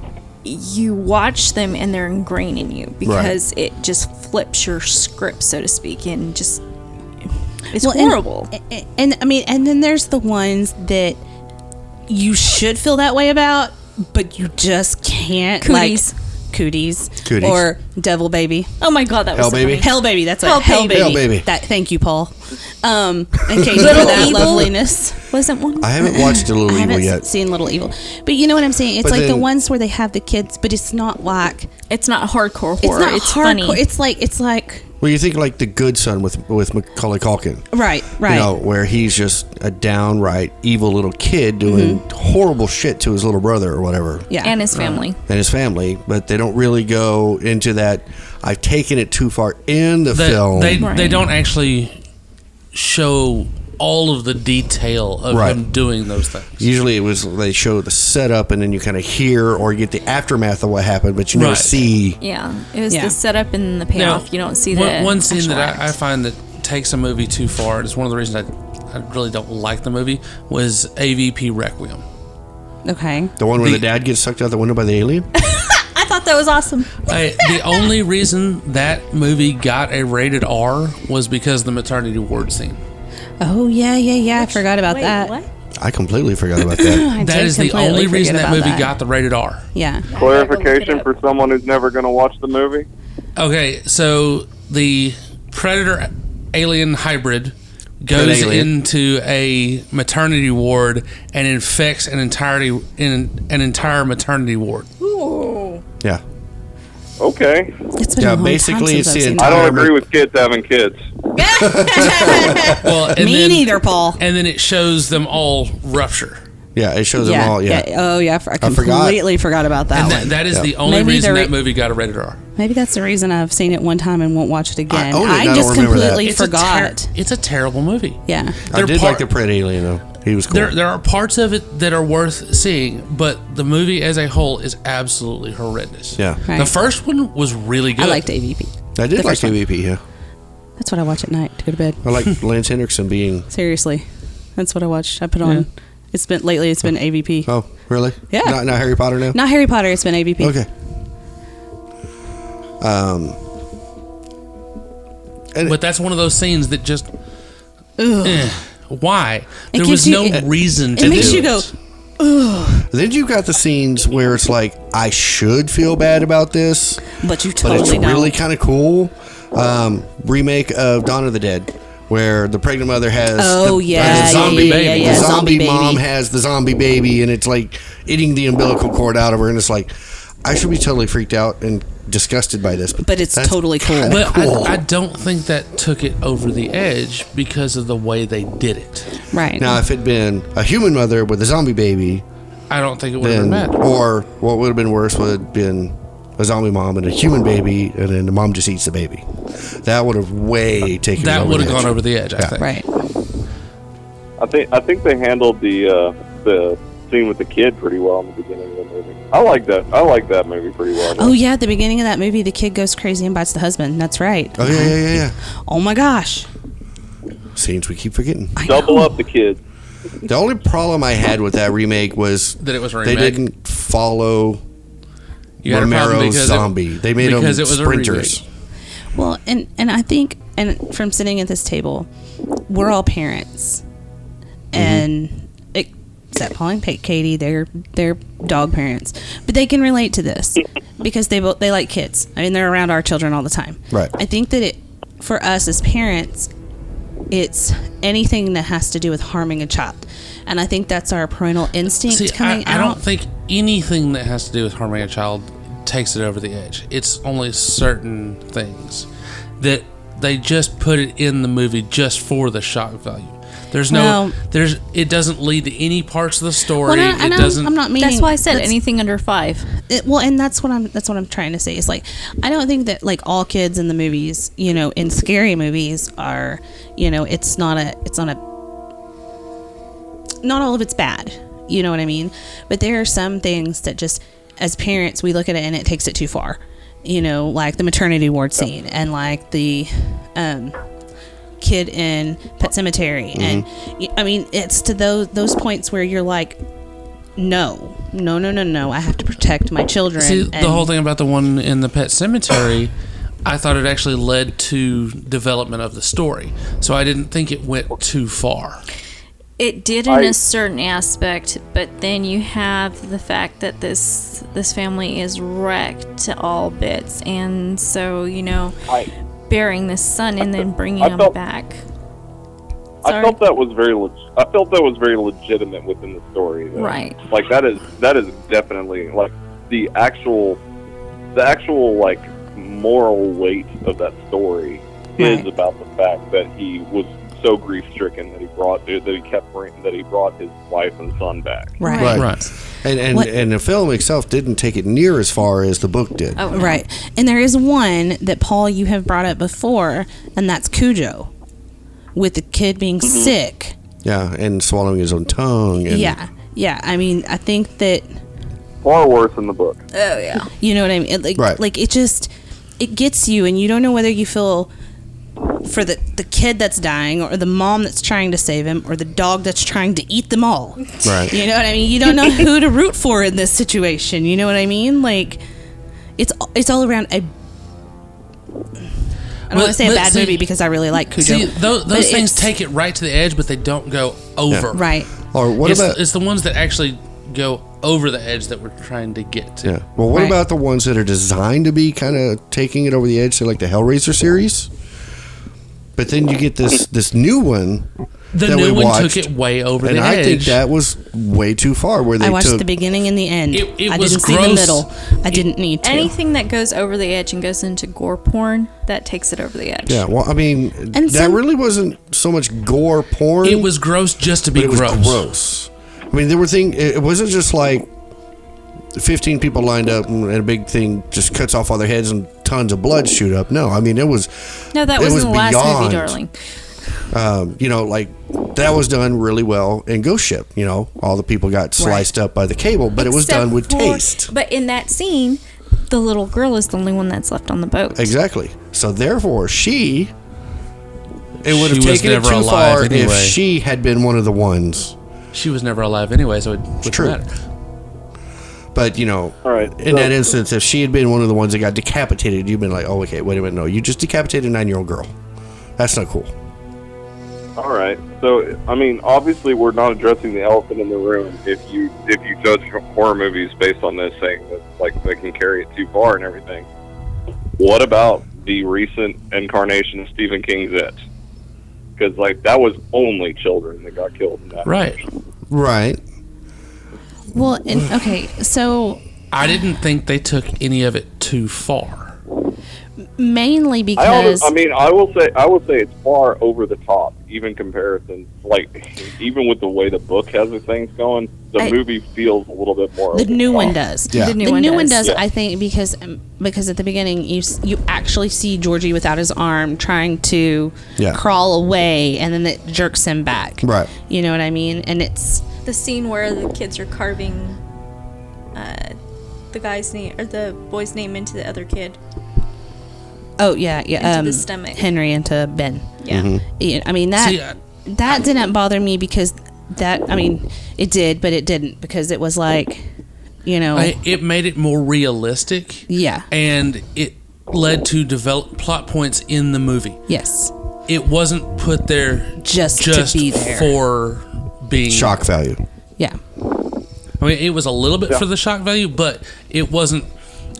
[SPEAKER 7] you watch them and they're ingrained in you because it just flips your script, so to speak, and just it's
[SPEAKER 8] Well, and-
[SPEAKER 7] horrible.
[SPEAKER 8] and, and I mean, and then there's the ones that you should feel that way about, but you just can't.
[SPEAKER 7] Cooties.
[SPEAKER 8] Like, cooties.
[SPEAKER 3] Cooties.
[SPEAKER 8] Or devil baby.
[SPEAKER 7] oh my god, that was
[SPEAKER 3] Hell
[SPEAKER 7] so
[SPEAKER 3] Baby?
[SPEAKER 7] funny.
[SPEAKER 8] Hell baby. That's what.
[SPEAKER 7] Hell
[SPEAKER 8] hell
[SPEAKER 7] Baby.
[SPEAKER 8] baby.
[SPEAKER 3] Hell Baby.
[SPEAKER 8] That. Thank you, Paul. Um, in case for
[SPEAKER 7] Little
[SPEAKER 8] that
[SPEAKER 7] Evil?
[SPEAKER 8] loveliness.
[SPEAKER 7] wasn't one.
[SPEAKER 3] I haven't watched a little
[SPEAKER 8] I
[SPEAKER 3] evil
[SPEAKER 8] haven't
[SPEAKER 3] yet.
[SPEAKER 8] seen Little Evil, but you know what I'm saying. It's
[SPEAKER 3] But
[SPEAKER 8] like the
[SPEAKER 3] then-
[SPEAKER 8] ones where they have the kids, but it's not like
[SPEAKER 7] it's not hardcore horror.
[SPEAKER 8] it's
[SPEAKER 7] It's,
[SPEAKER 8] not hardcore.
[SPEAKER 7] funny.
[SPEAKER 8] It's like it's like
[SPEAKER 3] Well, you think like the good son with with Macaulay Culkin,
[SPEAKER 8] Right, right.
[SPEAKER 3] You know, where he's just a downright evil little kid doing horrible shit to his little brother or whatever
[SPEAKER 8] Mm-hmm. yeah.
[SPEAKER 7] and his family.
[SPEAKER 3] and his family, but they don't really go into that. I've taken it too far in the
[SPEAKER 4] They,
[SPEAKER 3] film.
[SPEAKER 4] they,
[SPEAKER 7] Right.
[SPEAKER 4] they don't actually show all of the detail of
[SPEAKER 3] Right.
[SPEAKER 4] him doing those things.
[SPEAKER 3] Usually, it was they show the setup, and then you kind of hear or you get the aftermath of what happened, but you never
[SPEAKER 4] Right.
[SPEAKER 3] see.
[SPEAKER 7] Yeah, it was
[SPEAKER 8] Yeah.
[SPEAKER 7] the setup and the payoff. you don't see the
[SPEAKER 4] one, one scene
[SPEAKER 7] actual
[SPEAKER 4] that I, I
[SPEAKER 7] act.
[SPEAKER 4] find that takes a movie too far. and It's one of the reasons I, I really don't like the movie was AVP Requiem.
[SPEAKER 8] okay.
[SPEAKER 3] The one where the,
[SPEAKER 4] The-
[SPEAKER 3] dad gets sucked out the window by the alien?
[SPEAKER 5] I thought that was awesome.
[SPEAKER 4] I, the only reason that movie got a rated R was because of the maternity ward scene.
[SPEAKER 8] Oh yeah, yeah, yeah. I forgot about
[SPEAKER 5] Wait,
[SPEAKER 8] that.
[SPEAKER 5] what?
[SPEAKER 3] I completely forgot about that.
[SPEAKER 8] I
[SPEAKER 4] That
[SPEAKER 8] did
[SPEAKER 4] is the
[SPEAKER 8] completely
[SPEAKER 4] only reason
[SPEAKER 8] forget
[SPEAKER 4] that
[SPEAKER 8] about
[SPEAKER 4] movie got the rated R.
[SPEAKER 8] Yeah.
[SPEAKER 6] Clarification
[SPEAKER 5] up.
[SPEAKER 6] for someone who's never going to watch the movie.
[SPEAKER 4] Okay, so the predator alien hybrid goes
[SPEAKER 3] Good alien.
[SPEAKER 4] into a maternity ward and infects an entirety in an entire maternity ward.
[SPEAKER 3] Yeah.
[SPEAKER 6] Okay,
[SPEAKER 8] It's been
[SPEAKER 3] Yeah,
[SPEAKER 8] a long
[SPEAKER 3] basically,
[SPEAKER 8] time
[SPEAKER 3] it's
[SPEAKER 8] since
[SPEAKER 3] the
[SPEAKER 8] I've seen
[SPEAKER 6] I
[SPEAKER 8] that.
[SPEAKER 3] entire-
[SPEAKER 6] don't agree with kids having kids.
[SPEAKER 4] Well, and
[SPEAKER 8] Me
[SPEAKER 4] then,
[SPEAKER 8] neither, Paul.
[SPEAKER 4] And then it shows them all rupture.
[SPEAKER 3] Yeah, it shows them all. Yeah.
[SPEAKER 8] Oh yeah, I f- I
[SPEAKER 3] forgot.
[SPEAKER 8] completely forgot about that
[SPEAKER 4] And
[SPEAKER 8] one.
[SPEAKER 4] that, that is
[SPEAKER 3] Yeah.
[SPEAKER 4] the only
[SPEAKER 8] Maybe
[SPEAKER 4] reason
[SPEAKER 8] they're- e-
[SPEAKER 4] that movie got a rated R.
[SPEAKER 8] Maybe that's the reason I've seen it one time and won't watch it again.
[SPEAKER 3] own it,
[SPEAKER 8] I,
[SPEAKER 3] and I
[SPEAKER 8] just
[SPEAKER 3] don't remember that.
[SPEAKER 8] completely
[SPEAKER 4] It's a ter-
[SPEAKER 8] forgot.
[SPEAKER 4] it's a terrible movie.
[SPEAKER 8] yeah.
[SPEAKER 3] I
[SPEAKER 4] they're
[SPEAKER 3] did
[SPEAKER 4] part-
[SPEAKER 3] like the Pred alien, though. He was cool.
[SPEAKER 4] There, there are parts of it that are worth seeing, but the movie as a whole is absolutely horrendous.
[SPEAKER 3] Yeah.
[SPEAKER 8] Right.
[SPEAKER 4] The first one was really good.
[SPEAKER 8] I liked AVP.
[SPEAKER 3] I did
[SPEAKER 8] The
[SPEAKER 3] like
[SPEAKER 8] first one.
[SPEAKER 3] AVP, yeah.
[SPEAKER 8] That's what I watch at night to go to bed.
[SPEAKER 3] I like Lance Hendrickson being.
[SPEAKER 8] Seriously, that's what I watched. I put on. It's been lately. It's been AVP.
[SPEAKER 3] Oh, really?
[SPEAKER 8] Yeah.
[SPEAKER 3] Not, not Harry Potter now?
[SPEAKER 8] Not Harry Potter. It's been AVP.
[SPEAKER 3] Okay. Um,
[SPEAKER 4] But that's one of those scenes that just. Eh, why?
[SPEAKER 8] It
[SPEAKER 4] There
[SPEAKER 8] gives
[SPEAKER 4] was
[SPEAKER 8] you-
[SPEAKER 4] no
[SPEAKER 8] it-
[SPEAKER 4] reason to
[SPEAKER 8] It makes
[SPEAKER 4] do
[SPEAKER 8] you go.
[SPEAKER 4] it.
[SPEAKER 3] then you've got the scenes where it's like, I should feel bad about this,
[SPEAKER 8] But you
[SPEAKER 3] but
[SPEAKER 8] totally
[SPEAKER 3] it's
[SPEAKER 8] don't.
[SPEAKER 3] really kind of cool. Um, remake of Dawn of the Dead, where the pregnant mother has
[SPEAKER 8] Oh,
[SPEAKER 3] the,
[SPEAKER 8] yeah,
[SPEAKER 3] the
[SPEAKER 8] yeah,
[SPEAKER 3] zombie
[SPEAKER 4] yeah,
[SPEAKER 3] baby,
[SPEAKER 4] yeah,
[SPEAKER 8] yeah,
[SPEAKER 3] the zombie,
[SPEAKER 8] zombie baby.
[SPEAKER 3] mom has the zombie baby, and it's like eating the umbilical cord out of her, and it's like, I should be totally freaked out and disgusted by this, but
[SPEAKER 8] but it's
[SPEAKER 3] that's
[SPEAKER 8] totally cool.
[SPEAKER 3] kinda-
[SPEAKER 4] But
[SPEAKER 3] Cool.
[SPEAKER 4] I, I don't think that took it over the edge because of the way they did it.
[SPEAKER 8] right.
[SPEAKER 3] Now, if it'd been a human mother with a zombie baby,
[SPEAKER 4] I don't think it would have
[SPEAKER 3] then
[SPEAKER 4] mattered.
[SPEAKER 3] or what would have been worse would have been a zombie mom and a human baby, and then the mom just eats the baby. That would have way taken.
[SPEAKER 4] That would have gone over
[SPEAKER 3] The-
[SPEAKER 4] the edge, I
[SPEAKER 3] Yeah.
[SPEAKER 4] think.
[SPEAKER 8] Right.
[SPEAKER 6] I think I think they handled the uh, the scene with the kid pretty well in the beginning of the movie. I like that. I like that movie pretty well.
[SPEAKER 8] Oh yeah, at the beginning of that movie, the kid goes crazy and bites the husband. That's right.
[SPEAKER 3] edge. oh yeah, yeah, yeah,
[SPEAKER 8] Oh my gosh.
[SPEAKER 3] yeah. Scenes we keep forgetting.
[SPEAKER 6] Double up the kids.
[SPEAKER 3] The only problem I had with that remake was
[SPEAKER 4] That it was a
[SPEAKER 3] They
[SPEAKER 4] remake.
[SPEAKER 3] didn't follow
[SPEAKER 4] You had a problem
[SPEAKER 3] Romero's
[SPEAKER 4] because it-
[SPEAKER 3] zombie. they made them
[SPEAKER 4] because it was a remake.
[SPEAKER 3] sprinters.
[SPEAKER 8] Well, and and I think and from sitting at this table, we're all parents,
[SPEAKER 7] Mm-hmm.
[SPEAKER 8] and except Paul and Pa- Katie, they're they're dog parents, but they can relate to this because they both they like kids. I mean, they're around our children all the time.
[SPEAKER 3] Right.
[SPEAKER 8] I think that it for us as parents, it's anything that has to do with harming a child, and I think that's our parental instinct
[SPEAKER 4] See,
[SPEAKER 8] coming
[SPEAKER 4] I, I
[SPEAKER 8] out.
[SPEAKER 4] don't think anything that has to do with harming a child takes it over the edge. It's only certain things that they just put it in the movie just for the shock value. There's no,
[SPEAKER 8] Well-
[SPEAKER 4] there's, it doesn't lead to any parts of the story.
[SPEAKER 8] Well, and I-
[SPEAKER 4] it
[SPEAKER 8] and I'm-
[SPEAKER 4] doesn't.
[SPEAKER 8] I'm not meaning
[SPEAKER 7] That's why I said
[SPEAKER 8] that's-
[SPEAKER 7] anything under five.
[SPEAKER 8] it, well and that's what i'm that's what i'm trying to say is like i don't think that like all kids in the movies you know in scary movies are you know it's not a it's not a not all of it's bad you know what i mean but there are some things that just as parents we look at it and it takes it too far you know like the maternity ward scene and like the um kid in pet cemetery and y- i mean it's to those those points where you're like no no no no no i have to protect my children
[SPEAKER 4] See,
[SPEAKER 8] and-
[SPEAKER 4] the whole thing about the one in the pet cemetery, I thought it actually led to development of the story. So I didn't think it went too far.
[SPEAKER 7] It did in
[SPEAKER 6] I-
[SPEAKER 7] a certain aspect, but then you have the fact that this this family is wrecked to all bits, and so you know,
[SPEAKER 6] I
[SPEAKER 7] burying this son and then bringing
[SPEAKER 6] I
[SPEAKER 7] him
[SPEAKER 6] felt-
[SPEAKER 7] back.
[SPEAKER 6] I
[SPEAKER 7] Sorry.
[SPEAKER 6] felt that was very. Leg- I felt that was very legitimate within the story. Though.
[SPEAKER 7] Right.
[SPEAKER 6] Like that is that is definitely like the actual, the actual like moral weight of that story is
[SPEAKER 8] Right.
[SPEAKER 6] about the fact that he was so grief stricken that he brought that he kept bringing, that he brought his wife and son back.
[SPEAKER 8] Right.
[SPEAKER 3] Right.
[SPEAKER 4] Right.
[SPEAKER 3] And and,
[SPEAKER 8] What-
[SPEAKER 3] and the film itself didn't take it near as far as the book did.
[SPEAKER 7] Oh, no.
[SPEAKER 8] Right. And there is one that Paul you have brought up before, and that's Cujo. With the kid being
[SPEAKER 4] Mm-hmm.
[SPEAKER 8] sick.
[SPEAKER 3] Yeah, and swallowing his own tongue. And,
[SPEAKER 8] Yeah. Yeah. I mean, I think that
[SPEAKER 6] Far worse in the book.
[SPEAKER 5] Oh yeah.
[SPEAKER 8] You know what I mean? It, like,
[SPEAKER 3] Right.
[SPEAKER 8] like it just it gets you, and you don't know whether you feel for the the kid that's dying, or the mom that's trying to save him, or the dog that's trying to eat them all.
[SPEAKER 3] Right.
[SPEAKER 8] You know what I mean? You don't know who to root for in this situation. You know what I mean? Like, it's it's all around a. I
[SPEAKER 4] Well,
[SPEAKER 8] don't want to say a
[SPEAKER 4] but
[SPEAKER 8] bad
[SPEAKER 4] see-
[SPEAKER 8] movie because I really like Cujo.
[SPEAKER 4] See, those,
[SPEAKER 8] But
[SPEAKER 4] those things
[SPEAKER 8] it's-
[SPEAKER 4] take it right to the edge, but they don't go over.
[SPEAKER 8] right.
[SPEAKER 3] Or what
[SPEAKER 4] it's,
[SPEAKER 3] about?
[SPEAKER 4] it's the ones that actually go over the edge that we're trying to get to.
[SPEAKER 3] yeah. Well, what
[SPEAKER 8] Right.
[SPEAKER 3] about the ones that are designed to be kind of taking it over the edge, so like the Hellraiser series? But then you get this this new one,
[SPEAKER 4] The
[SPEAKER 3] That we
[SPEAKER 4] new one
[SPEAKER 3] watched,
[SPEAKER 4] took it way over
[SPEAKER 3] and
[SPEAKER 4] the
[SPEAKER 3] I
[SPEAKER 4] edge.
[SPEAKER 3] think that was way too far. Where they
[SPEAKER 8] I watched
[SPEAKER 3] took
[SPEAKER 8] the beginning and the end.
[SPEAKER 4] It- it
[SPEAKER 8] I
[SPEAKER 4] was
[SPEAKER 8] didn't see the
[SPEAKER 4] gross.
[SPEAKER 8] middle. I didn't need to.
[SPEAKER 7] Anything that goes over the edge and goes into gore porn, that takes it over the edge.
[SPEAKER 3] Yeah, well, I mean, that
[SPEAKER 8] some-
[SPEAKER 3] really wasn't so much gore porn.
[SPEAKER 4] it was gross just to
[SPEAKER 3] but
[SPEAKER 4] be
[SPEAKER 3] it was
[SPEAKER 4] gross.
[SPEAKER 3] gross. I mean, there were things. It it wasn't just like fifteen people lined up and a big thing just cuts off all their heads and tons of blood shoot up. No, I mean it was.
[SPEAKER 7] No, that
[SPEAKER 3] it
[SPEAKER 7] was in the last
[SPEAKER 3] beyond,
[SPEAKER 7] movie, darling.
[SPEAKER 3] Um, you know, like that was done really well in Ghost Ship. You know, all the people got sliced up by the cable, but it was
[SPEAKER 7] Except
[SPEAKER 3] done with
[SPEAKER 7] for-
[SPEAKER 3] taste.
[SPEAKER 7] But in that scene, the little girl is the only one that's left on the boat.
[SPEAKER 3] Exactly. So therefore, she it would have
[SPEAKER 4] She was
[SPEAKER 3] taken it
[SPEAKER 4] never
[SPEAKER 3] too
[SPEAKER 4] alive
[SPEAKER 3] far if
[SPEAKER 4] anyway.
[SPEAKER 3] she had been one of the ones.
[SPEAKER 4] She was never alive anyway, so it wouldn't
[SPEAKER 3] true.
[SPEAKER 4] matter.
[SPEAKER 3] But you know,
[SPEAKER 6] All right,
[SPEAKER 3] in
[SPEAKER 6] so-
[SPEAKER 3] that instance, if she had been one of the ones that got decapitated, you've been like, "Oh, okay, wait a minute, no, you just decapitated a nine-year-old girl. That's not cool."
[SPEAKER 6] All right. So, I mean, obviously, we're not addressing the elephant in the room. If you if you judge horror movies based on this, saying that like they can carry it too far and everything, what about the recent incarnation of Stephen King's It? Because like that was only children that got killed in that.
[SPEAKER 4] Right.
[SPEAKER 3] Right.
[SPEAKER 8] well, and, okay, so
[SPEAKER 4] I didn't think they took any of it too far.
[SPEAKER 8] mainly
[SPEAKER 6] I,
[SPEAKER 8] because
[SPEAKER 6] always, um, I mean, I will say, I will say it's far over the top, even comparison, like even with the way the book has the things going, the
[SPEAKER 8] I-
[SPEAKER 6] movie feels a little bit more.
[SPEAKER 8] the
[SPEAKER 6] over
[SPEAKER 8] new one
[SPEAKER 6] top.
[SPEAKER 8] does.
[SPEAKER 3] Yeah.
[SPEAKER 7] The
[SPEAKER 8] The
[SPEAKER 7] new
[SPEAKER 8] new
[SPEAKER 7] one
[SPEAKER 8] one does,
[SPEAKER 7] does.
[SPEAKER 6] Yeah.
[SPEAKER 8] I think, because um, because at the beginning you s- you actually see Georgie without his arm trying to
[SPEAKER 3] Yeah.
[SPEAKER 8] crawl away, and then it jerks him back.
[SPEAKER 3] Right.
[SPEAKER 8] You know what I mean? And it's
[SPEAKER 5] The scene where the kids are carving uh,
[SPEAKER 7] uh,
[SPEAKER 5] the guy's name or the boy's name into the other kid.
[SPEAKER 8] oh yeah yeah
[SPEAKER 5] Into
[SPEAKER 8] um,
[SPEAKER 5] the stomach.
[SPEAKER 8] Henry into Ben.
[SPEAKER 5] Yeah.
[SPEAKER 8] Yeah, I mean that
[SPEAKER 4] See, I-
[SPEAKER 8] that didn't bother me because that I mean it did, but it didn't because it was like you know
[SPEAKER 4] I, it made it more realistic.
[SPEAKER 8] Yeah.
[SPEAKER 4] And it led to develop plot points in the movie.
[SPEAKER 8] yes
[SPEAKER 4] It wasn't put there
[SPEAKER 8] Just to
[SPEAKER 4] just
[SPEAKER 8] be there.
[SPEAKER 4] for being
[SPEAKER 3] Shock value.
[SPEAKER 8] yeah
[SPEAKER 4] I mean, it was a little bit for the shock value, but it wasn't.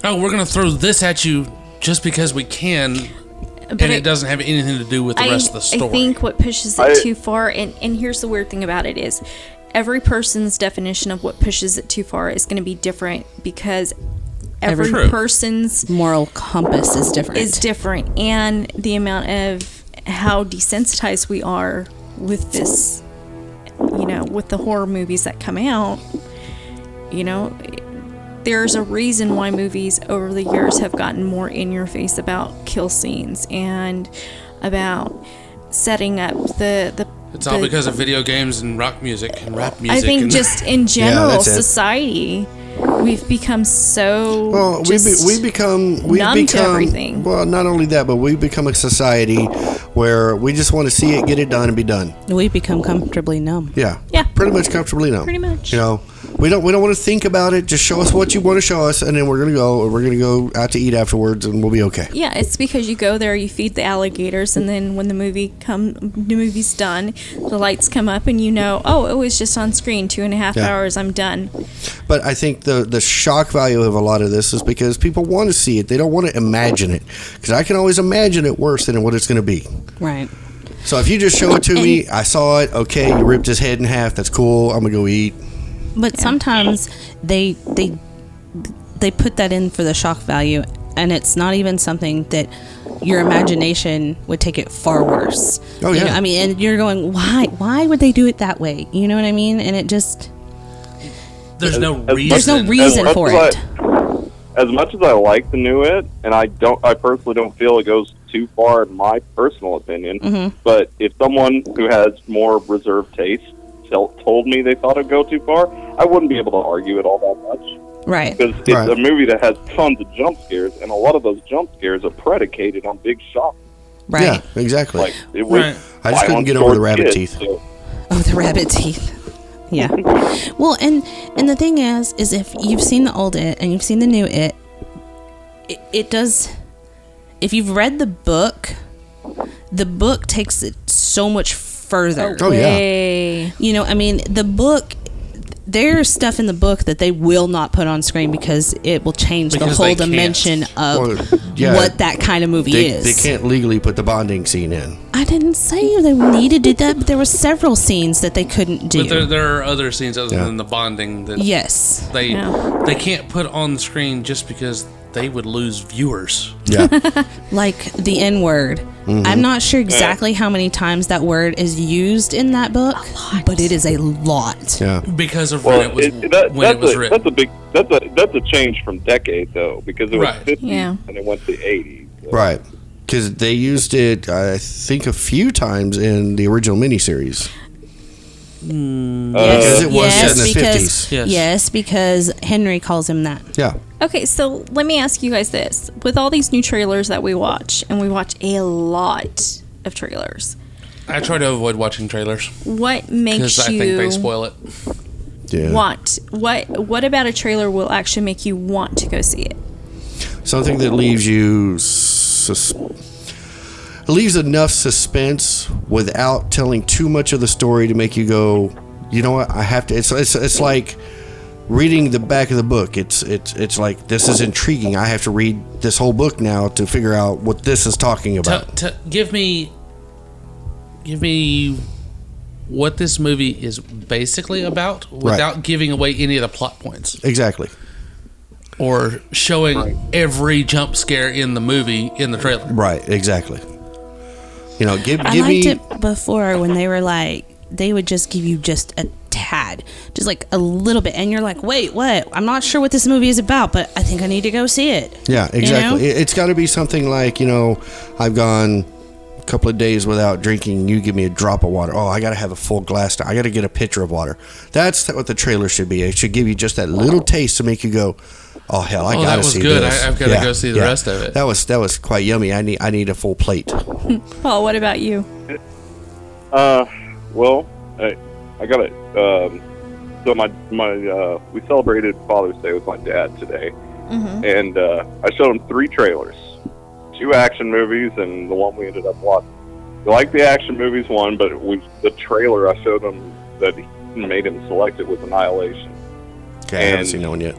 [SPEAKER 4] Oh, we're gonna throw this at you just because we can, and it,
[SPEAKER 7] it-
[SPEAKER 4] doesn't have anything to do with the
[SPEAKER 7] I,
[SPEAKER 4] rest of the story.
[SPEAKER 7] I think what pushes it
[SPEAKER 6] I-
[SPEAKER 7] too far, and, and here's the weird thing about it is every person's definition of what pushes it too far is going to be different because every
[SPEAKER 4] True.
[SPEAKER 7] person's
[SPEAKER 8] moral compass is different.
[SPEAKER 7] is different and the amount of how desensitized we are with this you know with the horror movies that come out you know there's a reason why movies over the years have gotten more in your face about kill scenes and about setting up the the
[SPEAKER 4] it's all
[SPEAKER 7] the-
[SPEAKER 4] because of video games and rock music and rap
[SPEAKER 7] I
[SPEAKER 4] music.
[SPEAKER 7] think
[SPEAKER 4] and
[SPEAKER 7] just in general
[SPEAKER 3] that's it.
[SPEAKER 7] society we've become so
[SPEAKER 3] Well, we be,
[SPEAKER 7] just-
[SPEAKER 3] we become we
[SPEAKER 7] numb to
[SPEAKER 3] become
[SPEAKER 7] everything.
[SPEAKER 3] well. Not only that, but we become a society where we just want to see it, get it done, and be done.
[SPEAKER 8] we become comfortably numb.
[SPEAKER 3] Yeah.
[SPEAKER 7] Yeah.
[SPEAKER 3] Pretty much comfortably now.
[SPEAKER 7] Pretty much.
[SPEAKER 3] You know, we don't we don't want to think about it. Just show us what you want to show us, and then we're gonna go. We're gonna go out to eat afterwards, and we'll be okay.
[SPEAKER 7] Yeah, it's because you go there, you feed the alligators, and then when the movie come, the movie's done, the lights come up, and you know, oh, it was just on screen two and a half
[SPEAKER 3] Yeah.
[SPEAKER 7] hours. I'm done.
[SPEAKER 3] But I think the the shock value of a lot of this is because people want to see it. They don't want to imagine it because I can always imagine it worse than what it's going to be.
[SPEAKER 8] Right.
[SPEAKER 3] So if you just show it to me, I saw it. Okay, you ripped his head in half. That's cool. I'm gonna go eat.
[SPEAKER 8] But sometimes they they they put that in for the shock value and it's not even something that your imagination would take it far worse.
[SPEAKER 3] Oh,
[SPEAKER 8] You
[SPEAKER 3] yeah.
[SPEAKER 8] know, I mean, and you're going, why? Why would they do it that way? You know what I mean? And it just
[SPEAKER 4] There's no reason.
[SPEAKER 8] there's no reason
[SPEAKER 6] much
[SPEAKER 8] for
[SPEAKER 6] as I-
[SPEAKER 8] it.
[SPEAKER 6] as much as I like the new it, and I don't, I personally don't feel it goes too far in my personal opinion. But if someone who has more reserved taste tell, told me they thought it'd go too far, I wouldn't be able to argue it all that much
[SPEAKER 8] Right.
[SPEAKER 6] because it's
[SPEAKER 3] Right.
[SPEAKER 6] a movie that has tons of jump scares, and a lot of those jump scares are predicated on big shocks.
[SPEAKER 8] Right.
[SPEAKER 3] Yeah, exactly.
[SPEAKER 6] Like it was,
[SPEAKER 4] Right.
[SPEAKER 3] I just couldn't
[SPEAKER 6] violence
[SPEAKER 3] get over the
[SPEAKER 6] towards
[SPEAKER 3] rabbit
[SPEAKER 6] kids,
[SPEAKER 3] teeth.
[SPEAKER 6] so-
[SPEAKER 8] Oh, the rabbit teeth. Yeah. Well, and and the thing is, is if you've seen the old it and you've seen the new it, it, it does. If you've read the book, the book takes it so much further.
[SPEAKER 3] Oh yeah,
[SPEAKER 7] Hey.
[SPEAKER 8] You know, I mean, the book. There's stuff in the book that they will not put on screen because it will change
[SPEAKER 4] Because
[SPEAKER 8] the
[SPEAKER 4] they
[SPEAKER 8] whole
[SPEAKER 4] can't.
[SPEAKER 8] dimension
[SPEAKER 3] Well,
[SPEAKER 8] of
[SPEAKER 3] yeah.
[SPEAKER 8] what that kind of movie
[SPEAKER 3] they,
[SPEAKER 8] is.
[SPEAKER 3] they can't legally put the bonding scene in.
[SPEAKER 8] I didn't say they needed to do that, but there were several scenes that they couldn't do.
[SPEAKER 4] But there, there are other scenes other
[SPEAKER 3] Yeah.
[SPEAKER 4] than the bonding that
[SPEAKER 8] yes.
[SPEAKER 4] they
[SPEAKER 7] Yeah.
[SPEAKER 4] they can't put on the screen just because they would lose viewers.
[SPEAKER 3] Yeah,
[SPEAKER 8] like the N word.
[SPEAKER 3] Mm-hmm.
[SPEAKER 8] I'm not sure exactly how many times that word is used in that book, but it is a lot.
[SPEAKER 3] yeah.
[SPEAKER 4] because of
[SPEAKER 6] Well,
[SPEAKER 4] when it was
[SPEAKER 6] it- that-
[SPEAKER 4] when
[SPEAKER 6] that's
[SPEAKER 4] it was
[SPEAKER 6] a,
[SPEAKER 4] written.
[SPEAKER 6] That's a big. That's a that's a change from decade though, because it was
[SPEAKER 4] Right.
[SPEAKER 6] 50s
[SPEAKER 7] Yeah.
[SPEAKER 6] and it went to 80s. so-
[SPEAKER 3] Right. Because they used it, I think, a few times in the original miniseries.
[SPEAKER 8] Uh,
[SPEAKER 3] Because it was set in the
[SPEAKER 8] because
[SPEAKER 3] 50s.
[SPEAKER 4] Yes.
[SPEAKER 8] yes, because Henry calls him that.
[SPEAKER 3] Yeah.
[SPEAKER 5] Okay, so let me ask you guys this. With all these new trailers that we watch, and we watch a lot of trailers,
[SPEAKER 4] I try to avoid watching trailers
[SPEAKER 5] what
[SPEAKER 4] because
[SPEAKER 5] makes
[SPEAKER 4] I
[SPEAKER 5] you
[SPEAKER 4] think they spoil it.
[SPEAKER 3] Yeah.
[SPEAKER 5] want what what about a trailer will actually make you want to go see it?
[SPEAKER 3] Something that leaves you. Sus- leaves enough suspense without telling too much of the story to make you go, you know what? I have to. It's, it's, it's like reading the back of the book. It's, it's, it's like, this is intriguing. I have to read this whole book now to figure out what this is talking
[SPEAKER 4] Tell
[SPEAKER 3] about.
[SPEAKER 4] t- give me give me what this movie is basically about without giving away any of the plot points
[SPEAKER 3] Exactly.
[SPEAKER 4] or showing every jump scare in the movie in the trailer.
[SPEAKER 3] Right. Exactly. You know, give, give
[SPEAKER 8] I liked
[SPEAKER 3] me.
[SPEAKER 8] it before when they were like they would just give you just a tad, just like a little bit, and you're like, wait, what? I'm not sure what this movie is about, but I think I need to go see it.
[SPEAKER 3] Yeah,
[SPEAKER 8] You know?
[SPEAKER 3] exactly. It, it's got to be something like you know, I've gone a couple of days without drinking. You give me a drop of water. Oh, I got to have a full glass. I got to get a pitcher of water. That's what the trailer should be. It should give you just that little taste to make you go, "Oh hell, I
[SPEAKER 4] Oh, that
[SPEAKER 3] got to
[SPEAKER 4] was
[SPEAKER 3] see
[SPEAKER 4] good.
[SPEAKER 3] this."
[SPEAKER 4] I- I've gotta go see the rest of it.
[SPEAKER 3] That was that was quite yummy. I need I need a full plate.
[SPEAKER 5] Paul, what about you?
[SPEAKER 6] Uh, well, I, I got it. Um, so my my uh, we celebrated Father's Day with my dad today, and uh, I showed him three trailers, two action movies, and the one we ended up watching. He liked the action movies one, but we, the trailer I showed him that he made him select it was Annihilation.
[SPEAKER 3] Okay, I haven't
[SPEAKER 6] And-
[SPEAKER 3] seen that one yet.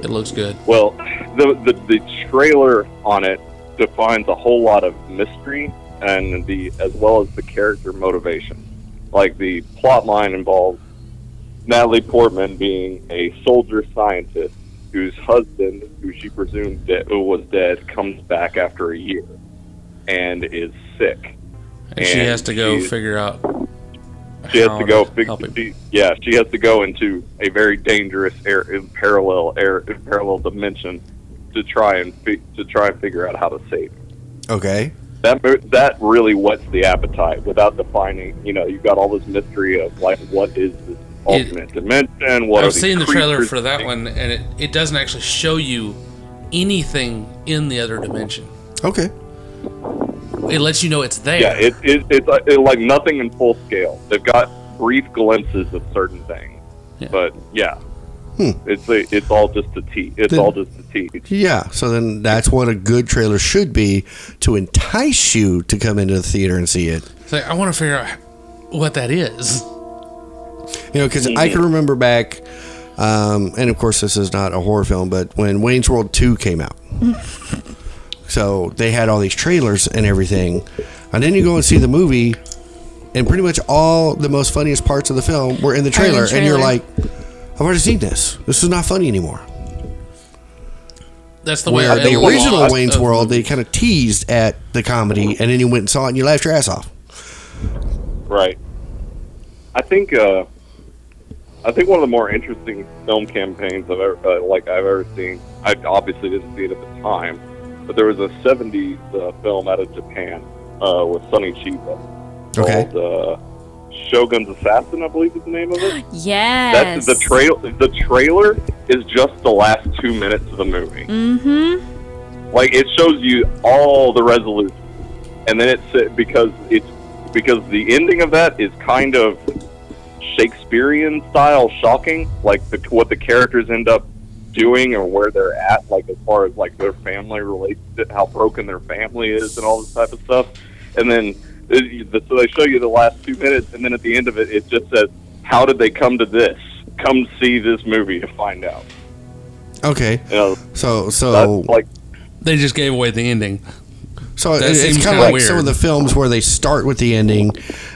[SPEAKER 4] It looks good.
[SPEAKER 6] Well, the, the the trailer on it defines a whole lot of mystery and the as well as the character motivation. Like the plot line involves Natalie Portman being a soldier scientist whose husband, who she presumed de- who was dead, comes back after a year and is sick.
[SPEAKER 4] And she
[SPEAKER 6] And
[SPEAKER 4] has to go
[SPEAKER 6] she-
[SPEAKER 4] figure out.
[SPEAKER 6] She has
[SPEAKER 4] how
[SPEAKER 6] to go fix.
[SPEAKER 4] help him.
[SPEAKER 6] She, yeah, she has to go into a very dangerous air, in parallel air, in parallel dimension to try and fi- to try and figure out how to save. him.
[SPEAKER 3] Okay,
[SPEAKER 6] That mo- that really whets the appetite without defining. You know, you've got all this mystery of like, what is this ultimate dimension? What are
[SPEAKER 4] I've
[SPEAKER 6] these
[SPEAKER 4] seen the trailer
[SPEAKER 6] creatures
[SPEAKER 4] for that
[SPEAKER 6] doing?
[SPEAKER 4] one, and it, it doesn't actually show you anything in the other dimension.
[SPEAKER 3] okay,
[SPEAKER 4] It lets you know it's there.
[SPEAKER 6] Yeah, it, it, it's like- it, like nothing in full scale. They've got brief glimpses of certain things,
[SPEAKER 4] Yeah.
[SPEAKER 6] but yeah, it's a, it's all just a tease. It's
[SPEAKER 3] Then-
[SPEAKER 6] all just a tease.
[SPEAKER 3] yeah. So then that's what a good trailer should be to entice you to come into the theater and see it.
[SPEAKER 4] It's like, I want to figure out what that is.
[SPEAKER 3] You know, because I can remember back, um, and of course, this is not a horror film, but when Wayne's World 2 came out. so they had all these trailers and everything. And then you go and see the movie, and pretty much all the most funniest parts of the film were in the trailer. And you're
[SPEAKER 8] trailer.
[SPEAKER 3] like, I've already seen this. This is not funny anymore.
[SPEAKER 4] that's the way
[SPEAKER 3] Where
[SPEAKER 4] I
[SPEAKER 3] the
[SPEAKER 4] am.
[SPEAKER 3] original
[SPEAKER 4] Uh,
[SPEAKER 3] Wayne's World, they kind of teased at the comedy, and then you went and saw it, and you laughed your ass off.
[SPEAKER 6] Right. I think uh, I think one of the more interesting film campaigns I've ever uh, like I've ever seen. I obviously didn't see it at the time, but there was a '70s uh, film out of Japan uh, with Sonny Chiba
[SPEAKER 3] Okay.
[SPEAKER 6] called uh, Shogun's Assassin, I believe is the name of it.
[SPEAKER 5] Yes.
[SPEAKER 6] That's the trail. The trailer is just the last two minutes of the movie.
[SPEAKER 5] Mm-hmm.
[SPEAKER 6] Like it shows you all the resolution, and then it's because it's because the ending of that is kind of Shakespearean style shocking, like the, what the characters end up doing or where they're at, like as far as like their family relates, how broken their family is, and all this type of stuff. And then uh, so they show you the last two minutes, and then at the end of it, it just says, "How did they come to this? Come see this movie to find out."
[SPEAKER 3] Okay.
[SPEAKER 6] You know,
[SPEAKER 3] So,
[SPEAKER 6] that's
[SPEAKER 3] so,
[SPEAKER 6] like
[SPEAKER 4] They just gave away the ending.
[SPEAKER 3] so it,
[SPEAKER 4] that
[SPEAKER 3] it's
[SPEAKER 4] seems
[SPEAKER 3] kind
[SPEAKER 4] kinda
[SPEAKER 3] of like
[SPEAKER 4] weird.
[SPEAKER 3] some of the films where they start with the ending,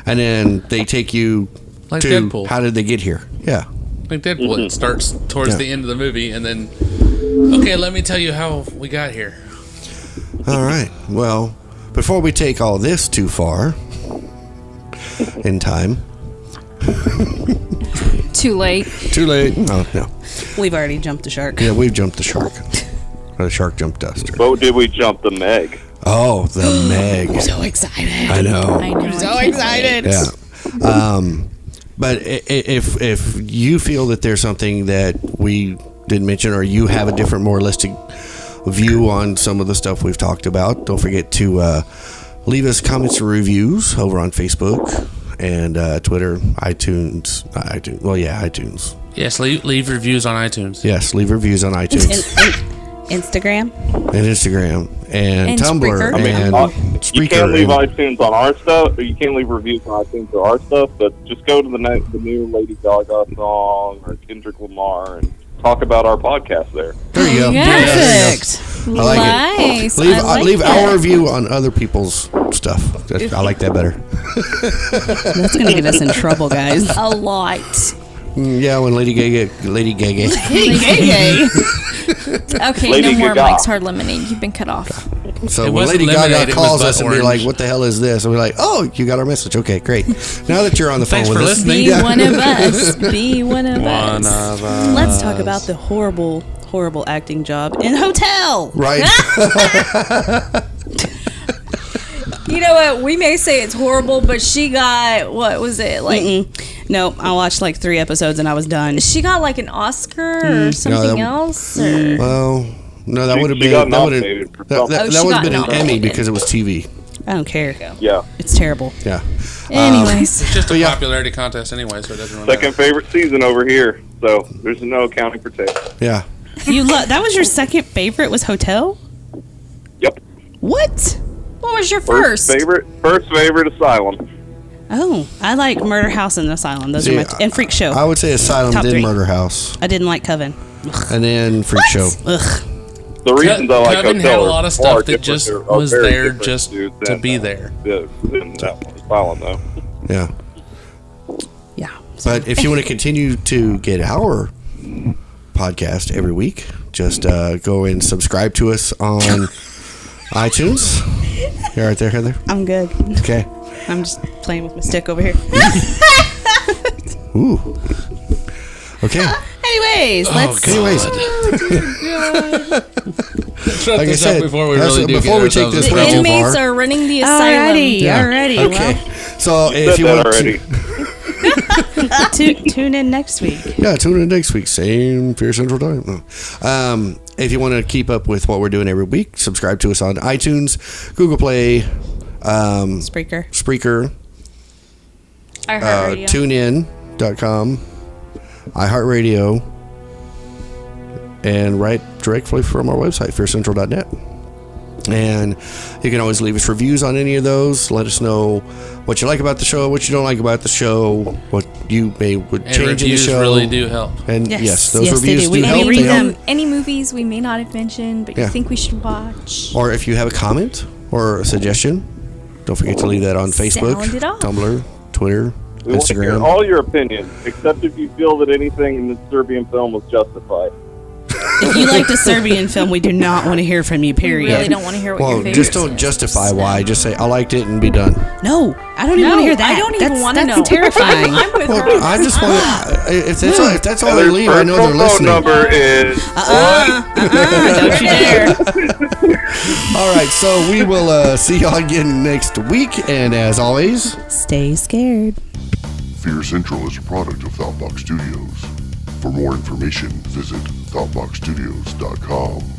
[SPEAKER 3] and then they take you
[SPEAKER 4] Like
[SPEAKER 3] to
[SPEAKER 4] Deadpool.
[SPEAKER 3] how did they get here? Yeah.
[SPEAKER 4] Like Deadpool, it starts towards
[SPEAKER 3] Yeah.
[SPEAKER 4] the end of the movie, and then okay, let me tell you how we got here.
[SPEAKER 3] All right. Well, before we take all this too far in time,
[SPEAKER 7] Too late.
[SPEAKER 3] too late. No, no.
[SPEAKER 8] We've already jumped the shark.
[SPEAKER 3] Yeah, we've jumped the shark. Or the shark jumped us.
[SPEAKER 6] But did we jump the Meg?
[SPEAKER 3] Oh, the Meg.
[SPEAKER 8] So excited.
[SPEAKER 3] I know.
[SPEAKER 5] I know. I'm so excited.
[SPEAKER 3] Yeah. Um, but i- i- if if you feel that there's something that we didn't mention, or you have a different moralistic view on some of the stuff we've talked about, don't forget to uh, leave us comments and reviews over on Facebook and uh, Twitter, iTunes, not iTunes. Well, yeah, iTunes.
[SPEAKER 4] Yes, leave, leave reviews on iTunes.
[SPEAKER 3] Yes, leave reviews on
[SPEAKER 8] In,
[SPEAKER 3] iTunes
[SPEAKER 8] in- Instagram.
[SPEAKER 3] and Instagram and,
[SPEAKER 5] And
[SPEAKER 3] Tumblr
[SPEAKER 5] Spreaker. I
[SPEAKER 6] I mean,
[SPEAKER 3] and
[SPEAKER 6] uh,
[SPEAKER 3] Spreaker.
[SPEAKER 6] you can't leave
[SPEAKER 3] and-
[SPEAKER 6] iTunes on our stuff, or you can't leave reviews on iTunes or our stuff. But just go to the ne- the new Lady Gaga song or Kendrick Lamar and talk about our podcast there.
[SPEAKER 3] there you go. There you go.
[SPEAKER 7] Perfect.
[SPEAKER 3] I like it.
[SPEAKER 5] nice.
[SPEAKER 3] Leave, uh,
[SPEAKER 5] I like
[SPEAKER 3] leave
[SPEAKER 5] it.
[SPEAKER 3] our review on other people's stuff. That- I like that better.
[SPEAKER 8] That's gonna get us in trouble, guys.
[SPEAKER 5] a lot.
[SPEAKER 3] Mm, Yeah, when Lady Gaga, Lady Gaga.
[SPEAKER 5] Okay,
[SPEAKER 6] Lady
[SPEAKER 5] no more
[SPEAKER 6] Gaga.
[SPEAKER 5] Mike's hard lemonade. You've been cut off.
[SPEAKER 3] So
[SPEAKER 4] It
[SPEAKER 3] when
[SPEAKER 4] wasn't
[SPEAKER 3] Lady
[SPEAKER 4] lemonade,
[SPEAKER 3] Gaga
[SPEAKER 4] it
[SPEAKER 3] calls
[SPEAKER 4] was
[SPEAKER 3] us
[SPEAKER 4] Bud
[SPEAKER 3] and we're
[SPEAKER 4] Orange.
[SPEAKER 3] like, "What the hell is this?" and we're like, "Oh, you got our message. Okay, great. Now that you're on the phone
[SPEAKER 4] Thanks
[SPEAKER 3] with
[SPEAKER 4] for
[SPEAKER 3] us,
[SPEAKER 4] listening.
[SPEAKER 5] Be
[SPEAKER 3] Yeah.
[SPEAKER 5] one of us. Be one of
[SPEAKER 4] One
[SPEAKER 5] us.
[SPEAKER 4] of
[SPEAKER 3] uh,
[SPEAKER 4] us.
[SPEAKER 8] Let's talk about the horrible, horrible acting job in hotel.
[SPEAKER 3] right?
[SPEAKER 5] You know what? We may say it's horrible, but she got what was it like?
[SPEAKER 8] Mm-mm. No, I watched like three episodes and I was done.
[SPEAKER 5] She got like an Oscar or
[SPEAKER 3] No,
[SPEAKER 5] something
[SPEAKER 3] Mm, that- Mm,
[SPEAKER 5] else. Or,
[SPEAKER 3] well, no, that
[SPEAKER 6] She-
[SPEAKER 3] would have
[SPEAKER 6] she
[SPEAKER 3] been
[SPEAKER 6] got
[SPEAKER 3] that would
[SPEAKER 6] nominated for
[SPEAKER 3] have that, that,
[SPEAKER 5] something.
[SPEAKER 3] that
[SPEAKER 5] Oh, she
[SPEAKER 3] would
[SPEAKER 5] got
[SPEAKER 3] have been an Emmy
[SPEAKER 5] nominated.
[SPEAKER 3] because it was TV.
[SPEAKER 8] I don't care.
[SPEAKER 6] Yeah,
[SPEAKER 8] It's terrible.
[SPEAKER 3] Yeah, Um,
[SPEAKER 5] anyways,
[SPEAKER 4] It's just a
[SPEAKER 3] But yeah.
[SPEAKER 4] popularity contest anyway, so it doesn't really
[SPEAKER 6] second favorite season over here. So there's no accounting for tape.
[SPEAKER 3] yeah.
[SPEAKER 8] You lo- that was your second favorite was hotel.
[SPEAKER 6] Yep.
[SPEAKER 8] What?
[SPEAKER 5] what was your
[SPEAKER 6] First,
[SPEAKER 5] first?
[SPEAKER 6] favorite. First favorite Asylum.
[SPEAKER 8] Oh, I like Murder House and Asylum. Those
[SPEAKER 3] See,
[SPEAKER 8] are my t- and Freak Show.
[SPEAKER 3] I
[SPEAKER 8] I,
[SPEAKER 3] would say Asylum,
[SPEAKER 8] Top
[SPEAKER 3] then
[SPEAKER 8] three.
[SPEAKER 3] Murder House,
[SPEAKER 8] didn't like Coven.
[SPEAKER 3] and then Freak Show.
[SPEAKER 8] Ugh.
[SPEAKER 6] The reasons I like
[SPEAKER 4] Coven
[SPEAKER 6] Hotel
[SPEAKER 4] had a
[SPEAKER 6] are
[SPEAKER 4] lot of
[SPEAKER 6] far
[SPEAKER 4] stuff that
[SPEAKER 6] different-
[SPEAKER 4] just
[SPEAKER 6] are
[SPEAKER 4] was
[SPEAKER 6] oh, very
[SPEAKER 4] there
[SPEAKER 6] different
[SPEAKER 4] just
[SPEAKER 6] to
[SPEAKER 4] to
[SPEAKER 6] than,
[SPEAKER 4] be
[SPEAKER 6] uh,
[SPEAKER 4] there.
[SPEAKER 6] the- than that one, Asylum though.
[SPEAKER 3] Yeah,
[SPEAKER 8] Yeah.
[SPEAKER 3] but if you want to continue to get our podcast every week, just uh, go and subscribe to us on iTunes. You all right there, Heather?
[SPEAKER 8] I'm good.
[SPEAKER 3] Okay.
[SPEAKER 8] I'm just playing with my stick over here.
[SPEAKER 3] Ooh. Okay.
[SPEAKER 8] Anyways, let's
[SPEAKER 3] Anyways,
[SPEAKER 4] Shut
[SPEAKER 3] like I
[SPEAKER 4] this up
[SPEAKER 3] said,
[SPEAKER 4] before we
[SPEAKER 3] that's-
[SPEAKER 4] really do
[SPEAKER 3] before
[SPEAKER 4] get
[SPEAKER 3] we take
[SPEAKER 4] ourselves
[SPEAKER 3] this
[SPEAKER 4] in
[SPEAKER 5] the
[SPEAKER 3] Well,
[SPEAKER 4] trouble.
[SPEAKER 3] round-
[SPEAKER 5] inmates
[SPEAKER 3] Var.
[SPEAKER 5] are running the asylum.
[SPEAKER 8] alrighty,
[SPEAKER 3] Yeah.
[SPEAKER 8] alriady.
[SPEAKER 3] Okay. So if
[SPEAKER 6] Said
[SPEAKER 3] you want
[SPEAKER 6] that already.
[SPEAKER 3] to,
[SPEAKER 8] Well, tu- tune in next week.
[SPEAKER 3] yeah, tune in next week, same Fear Central time. No. Um, if you want to keep up with what we're doing every week, subscribe to us on iTunes, Google Play, um,
[SPEAKER 8] Spreaker.
[SPEAKER 3] Spreaker,
[SPEAKER 5] I
[SPEAKER 3] uh,
[SPEAKER 5] heard radio.
[SPEAKER 3] TuneIn.com, iHeartRadio, and right directly from our website, fearcentral.net. And you can always leave us reviews on any of those. Let us know what you like about the show, what you don't like about the show, what you may would
[SPEAKER 4] And
[SPEAKER 3] change in the
[SPEAKER 4] reviews
[SPEAKER 3] show.
[SPEAKER 4] really do help.
[SPEAKER 3] And yes,
[SPEAKER 8] Yes.
[SPEAKER 3] those
[SPEAKER 8] Yes, they
[SPEAKER 3] reviews
[SPEAKER 8] do.
[SPEAKER 3] do,
[SPEAKER 8] We-
[SPEAKER 3] help.
[SPEAKER 5] any,
[SPEAKER 8] Help,
[SPEAKER 3] They
[SPEAKER 8] read
[SPEAKER 3] help.
[SPEAKER 8] them.
[SPEAKER 5] any movies we may not have mentioned, but
[SPEAKER 3] Yeah.
[SPEAKER 5] you think we should watch?
[SPEAKER 3] Or if you have a comment or a suggestion, don't forget to leave that on Facebook,
[SPEAKER 5] Sound it off.
[SPEAKER 3] Tumblr, Twitter,
[SPEAKER 6] We want to hear
[SPEAKER 3] Instagram.
[SPEAKER 6] all your opinions, except if you feel that anything in the Serbian film was justified.
[SPEAKER 5] If you like the Serbian film, we do not want to hear from you.
[SPEAKER 7] We
[SPEAKER 5] Period.
[SPEAKER 7] really don't want to hear what
[SPEAKER 3] Well,
[SPEAKER 7] your favorite
[SPEAKER 3] just don't
[SPEAKER 7] is.
[SPEAKER 3] justify why. Just say I liked it and be done.
[SPEAKER 5] No, I don't even
[SPEAKER 7] No,
[SPEAKER 5] want to hear that.
[SPEAKER 7] I don't even
[SPEAKER 5] That's-
[SPEAKER 7] wanna
[SPEAKER 5] that's
[SPEAKER 7] know.
[SPEAKER 5] terrifying.
[SPEAKER 7] I'm with her.
[SPEAKER 3] Well, I just want to. If that's all, if that's all they
[SPEAKER 6] Their
[SPEAKER 3] leave, I know they're
[SPEAKER 6] personal
[SPEAKER 3] listening.
[SPEAKER 6] phone number is
[SPEAKER 5] Uh, don't you dare.
[SPEAKER 3] All right, so we will uh, see y'all again next week, and as always.
[SPEAKER 5] Stay scared.
[SPEAKER 2] Fear Central is a product of Thoughtbox Studios. For more information, visit thoughtboxstudios.com.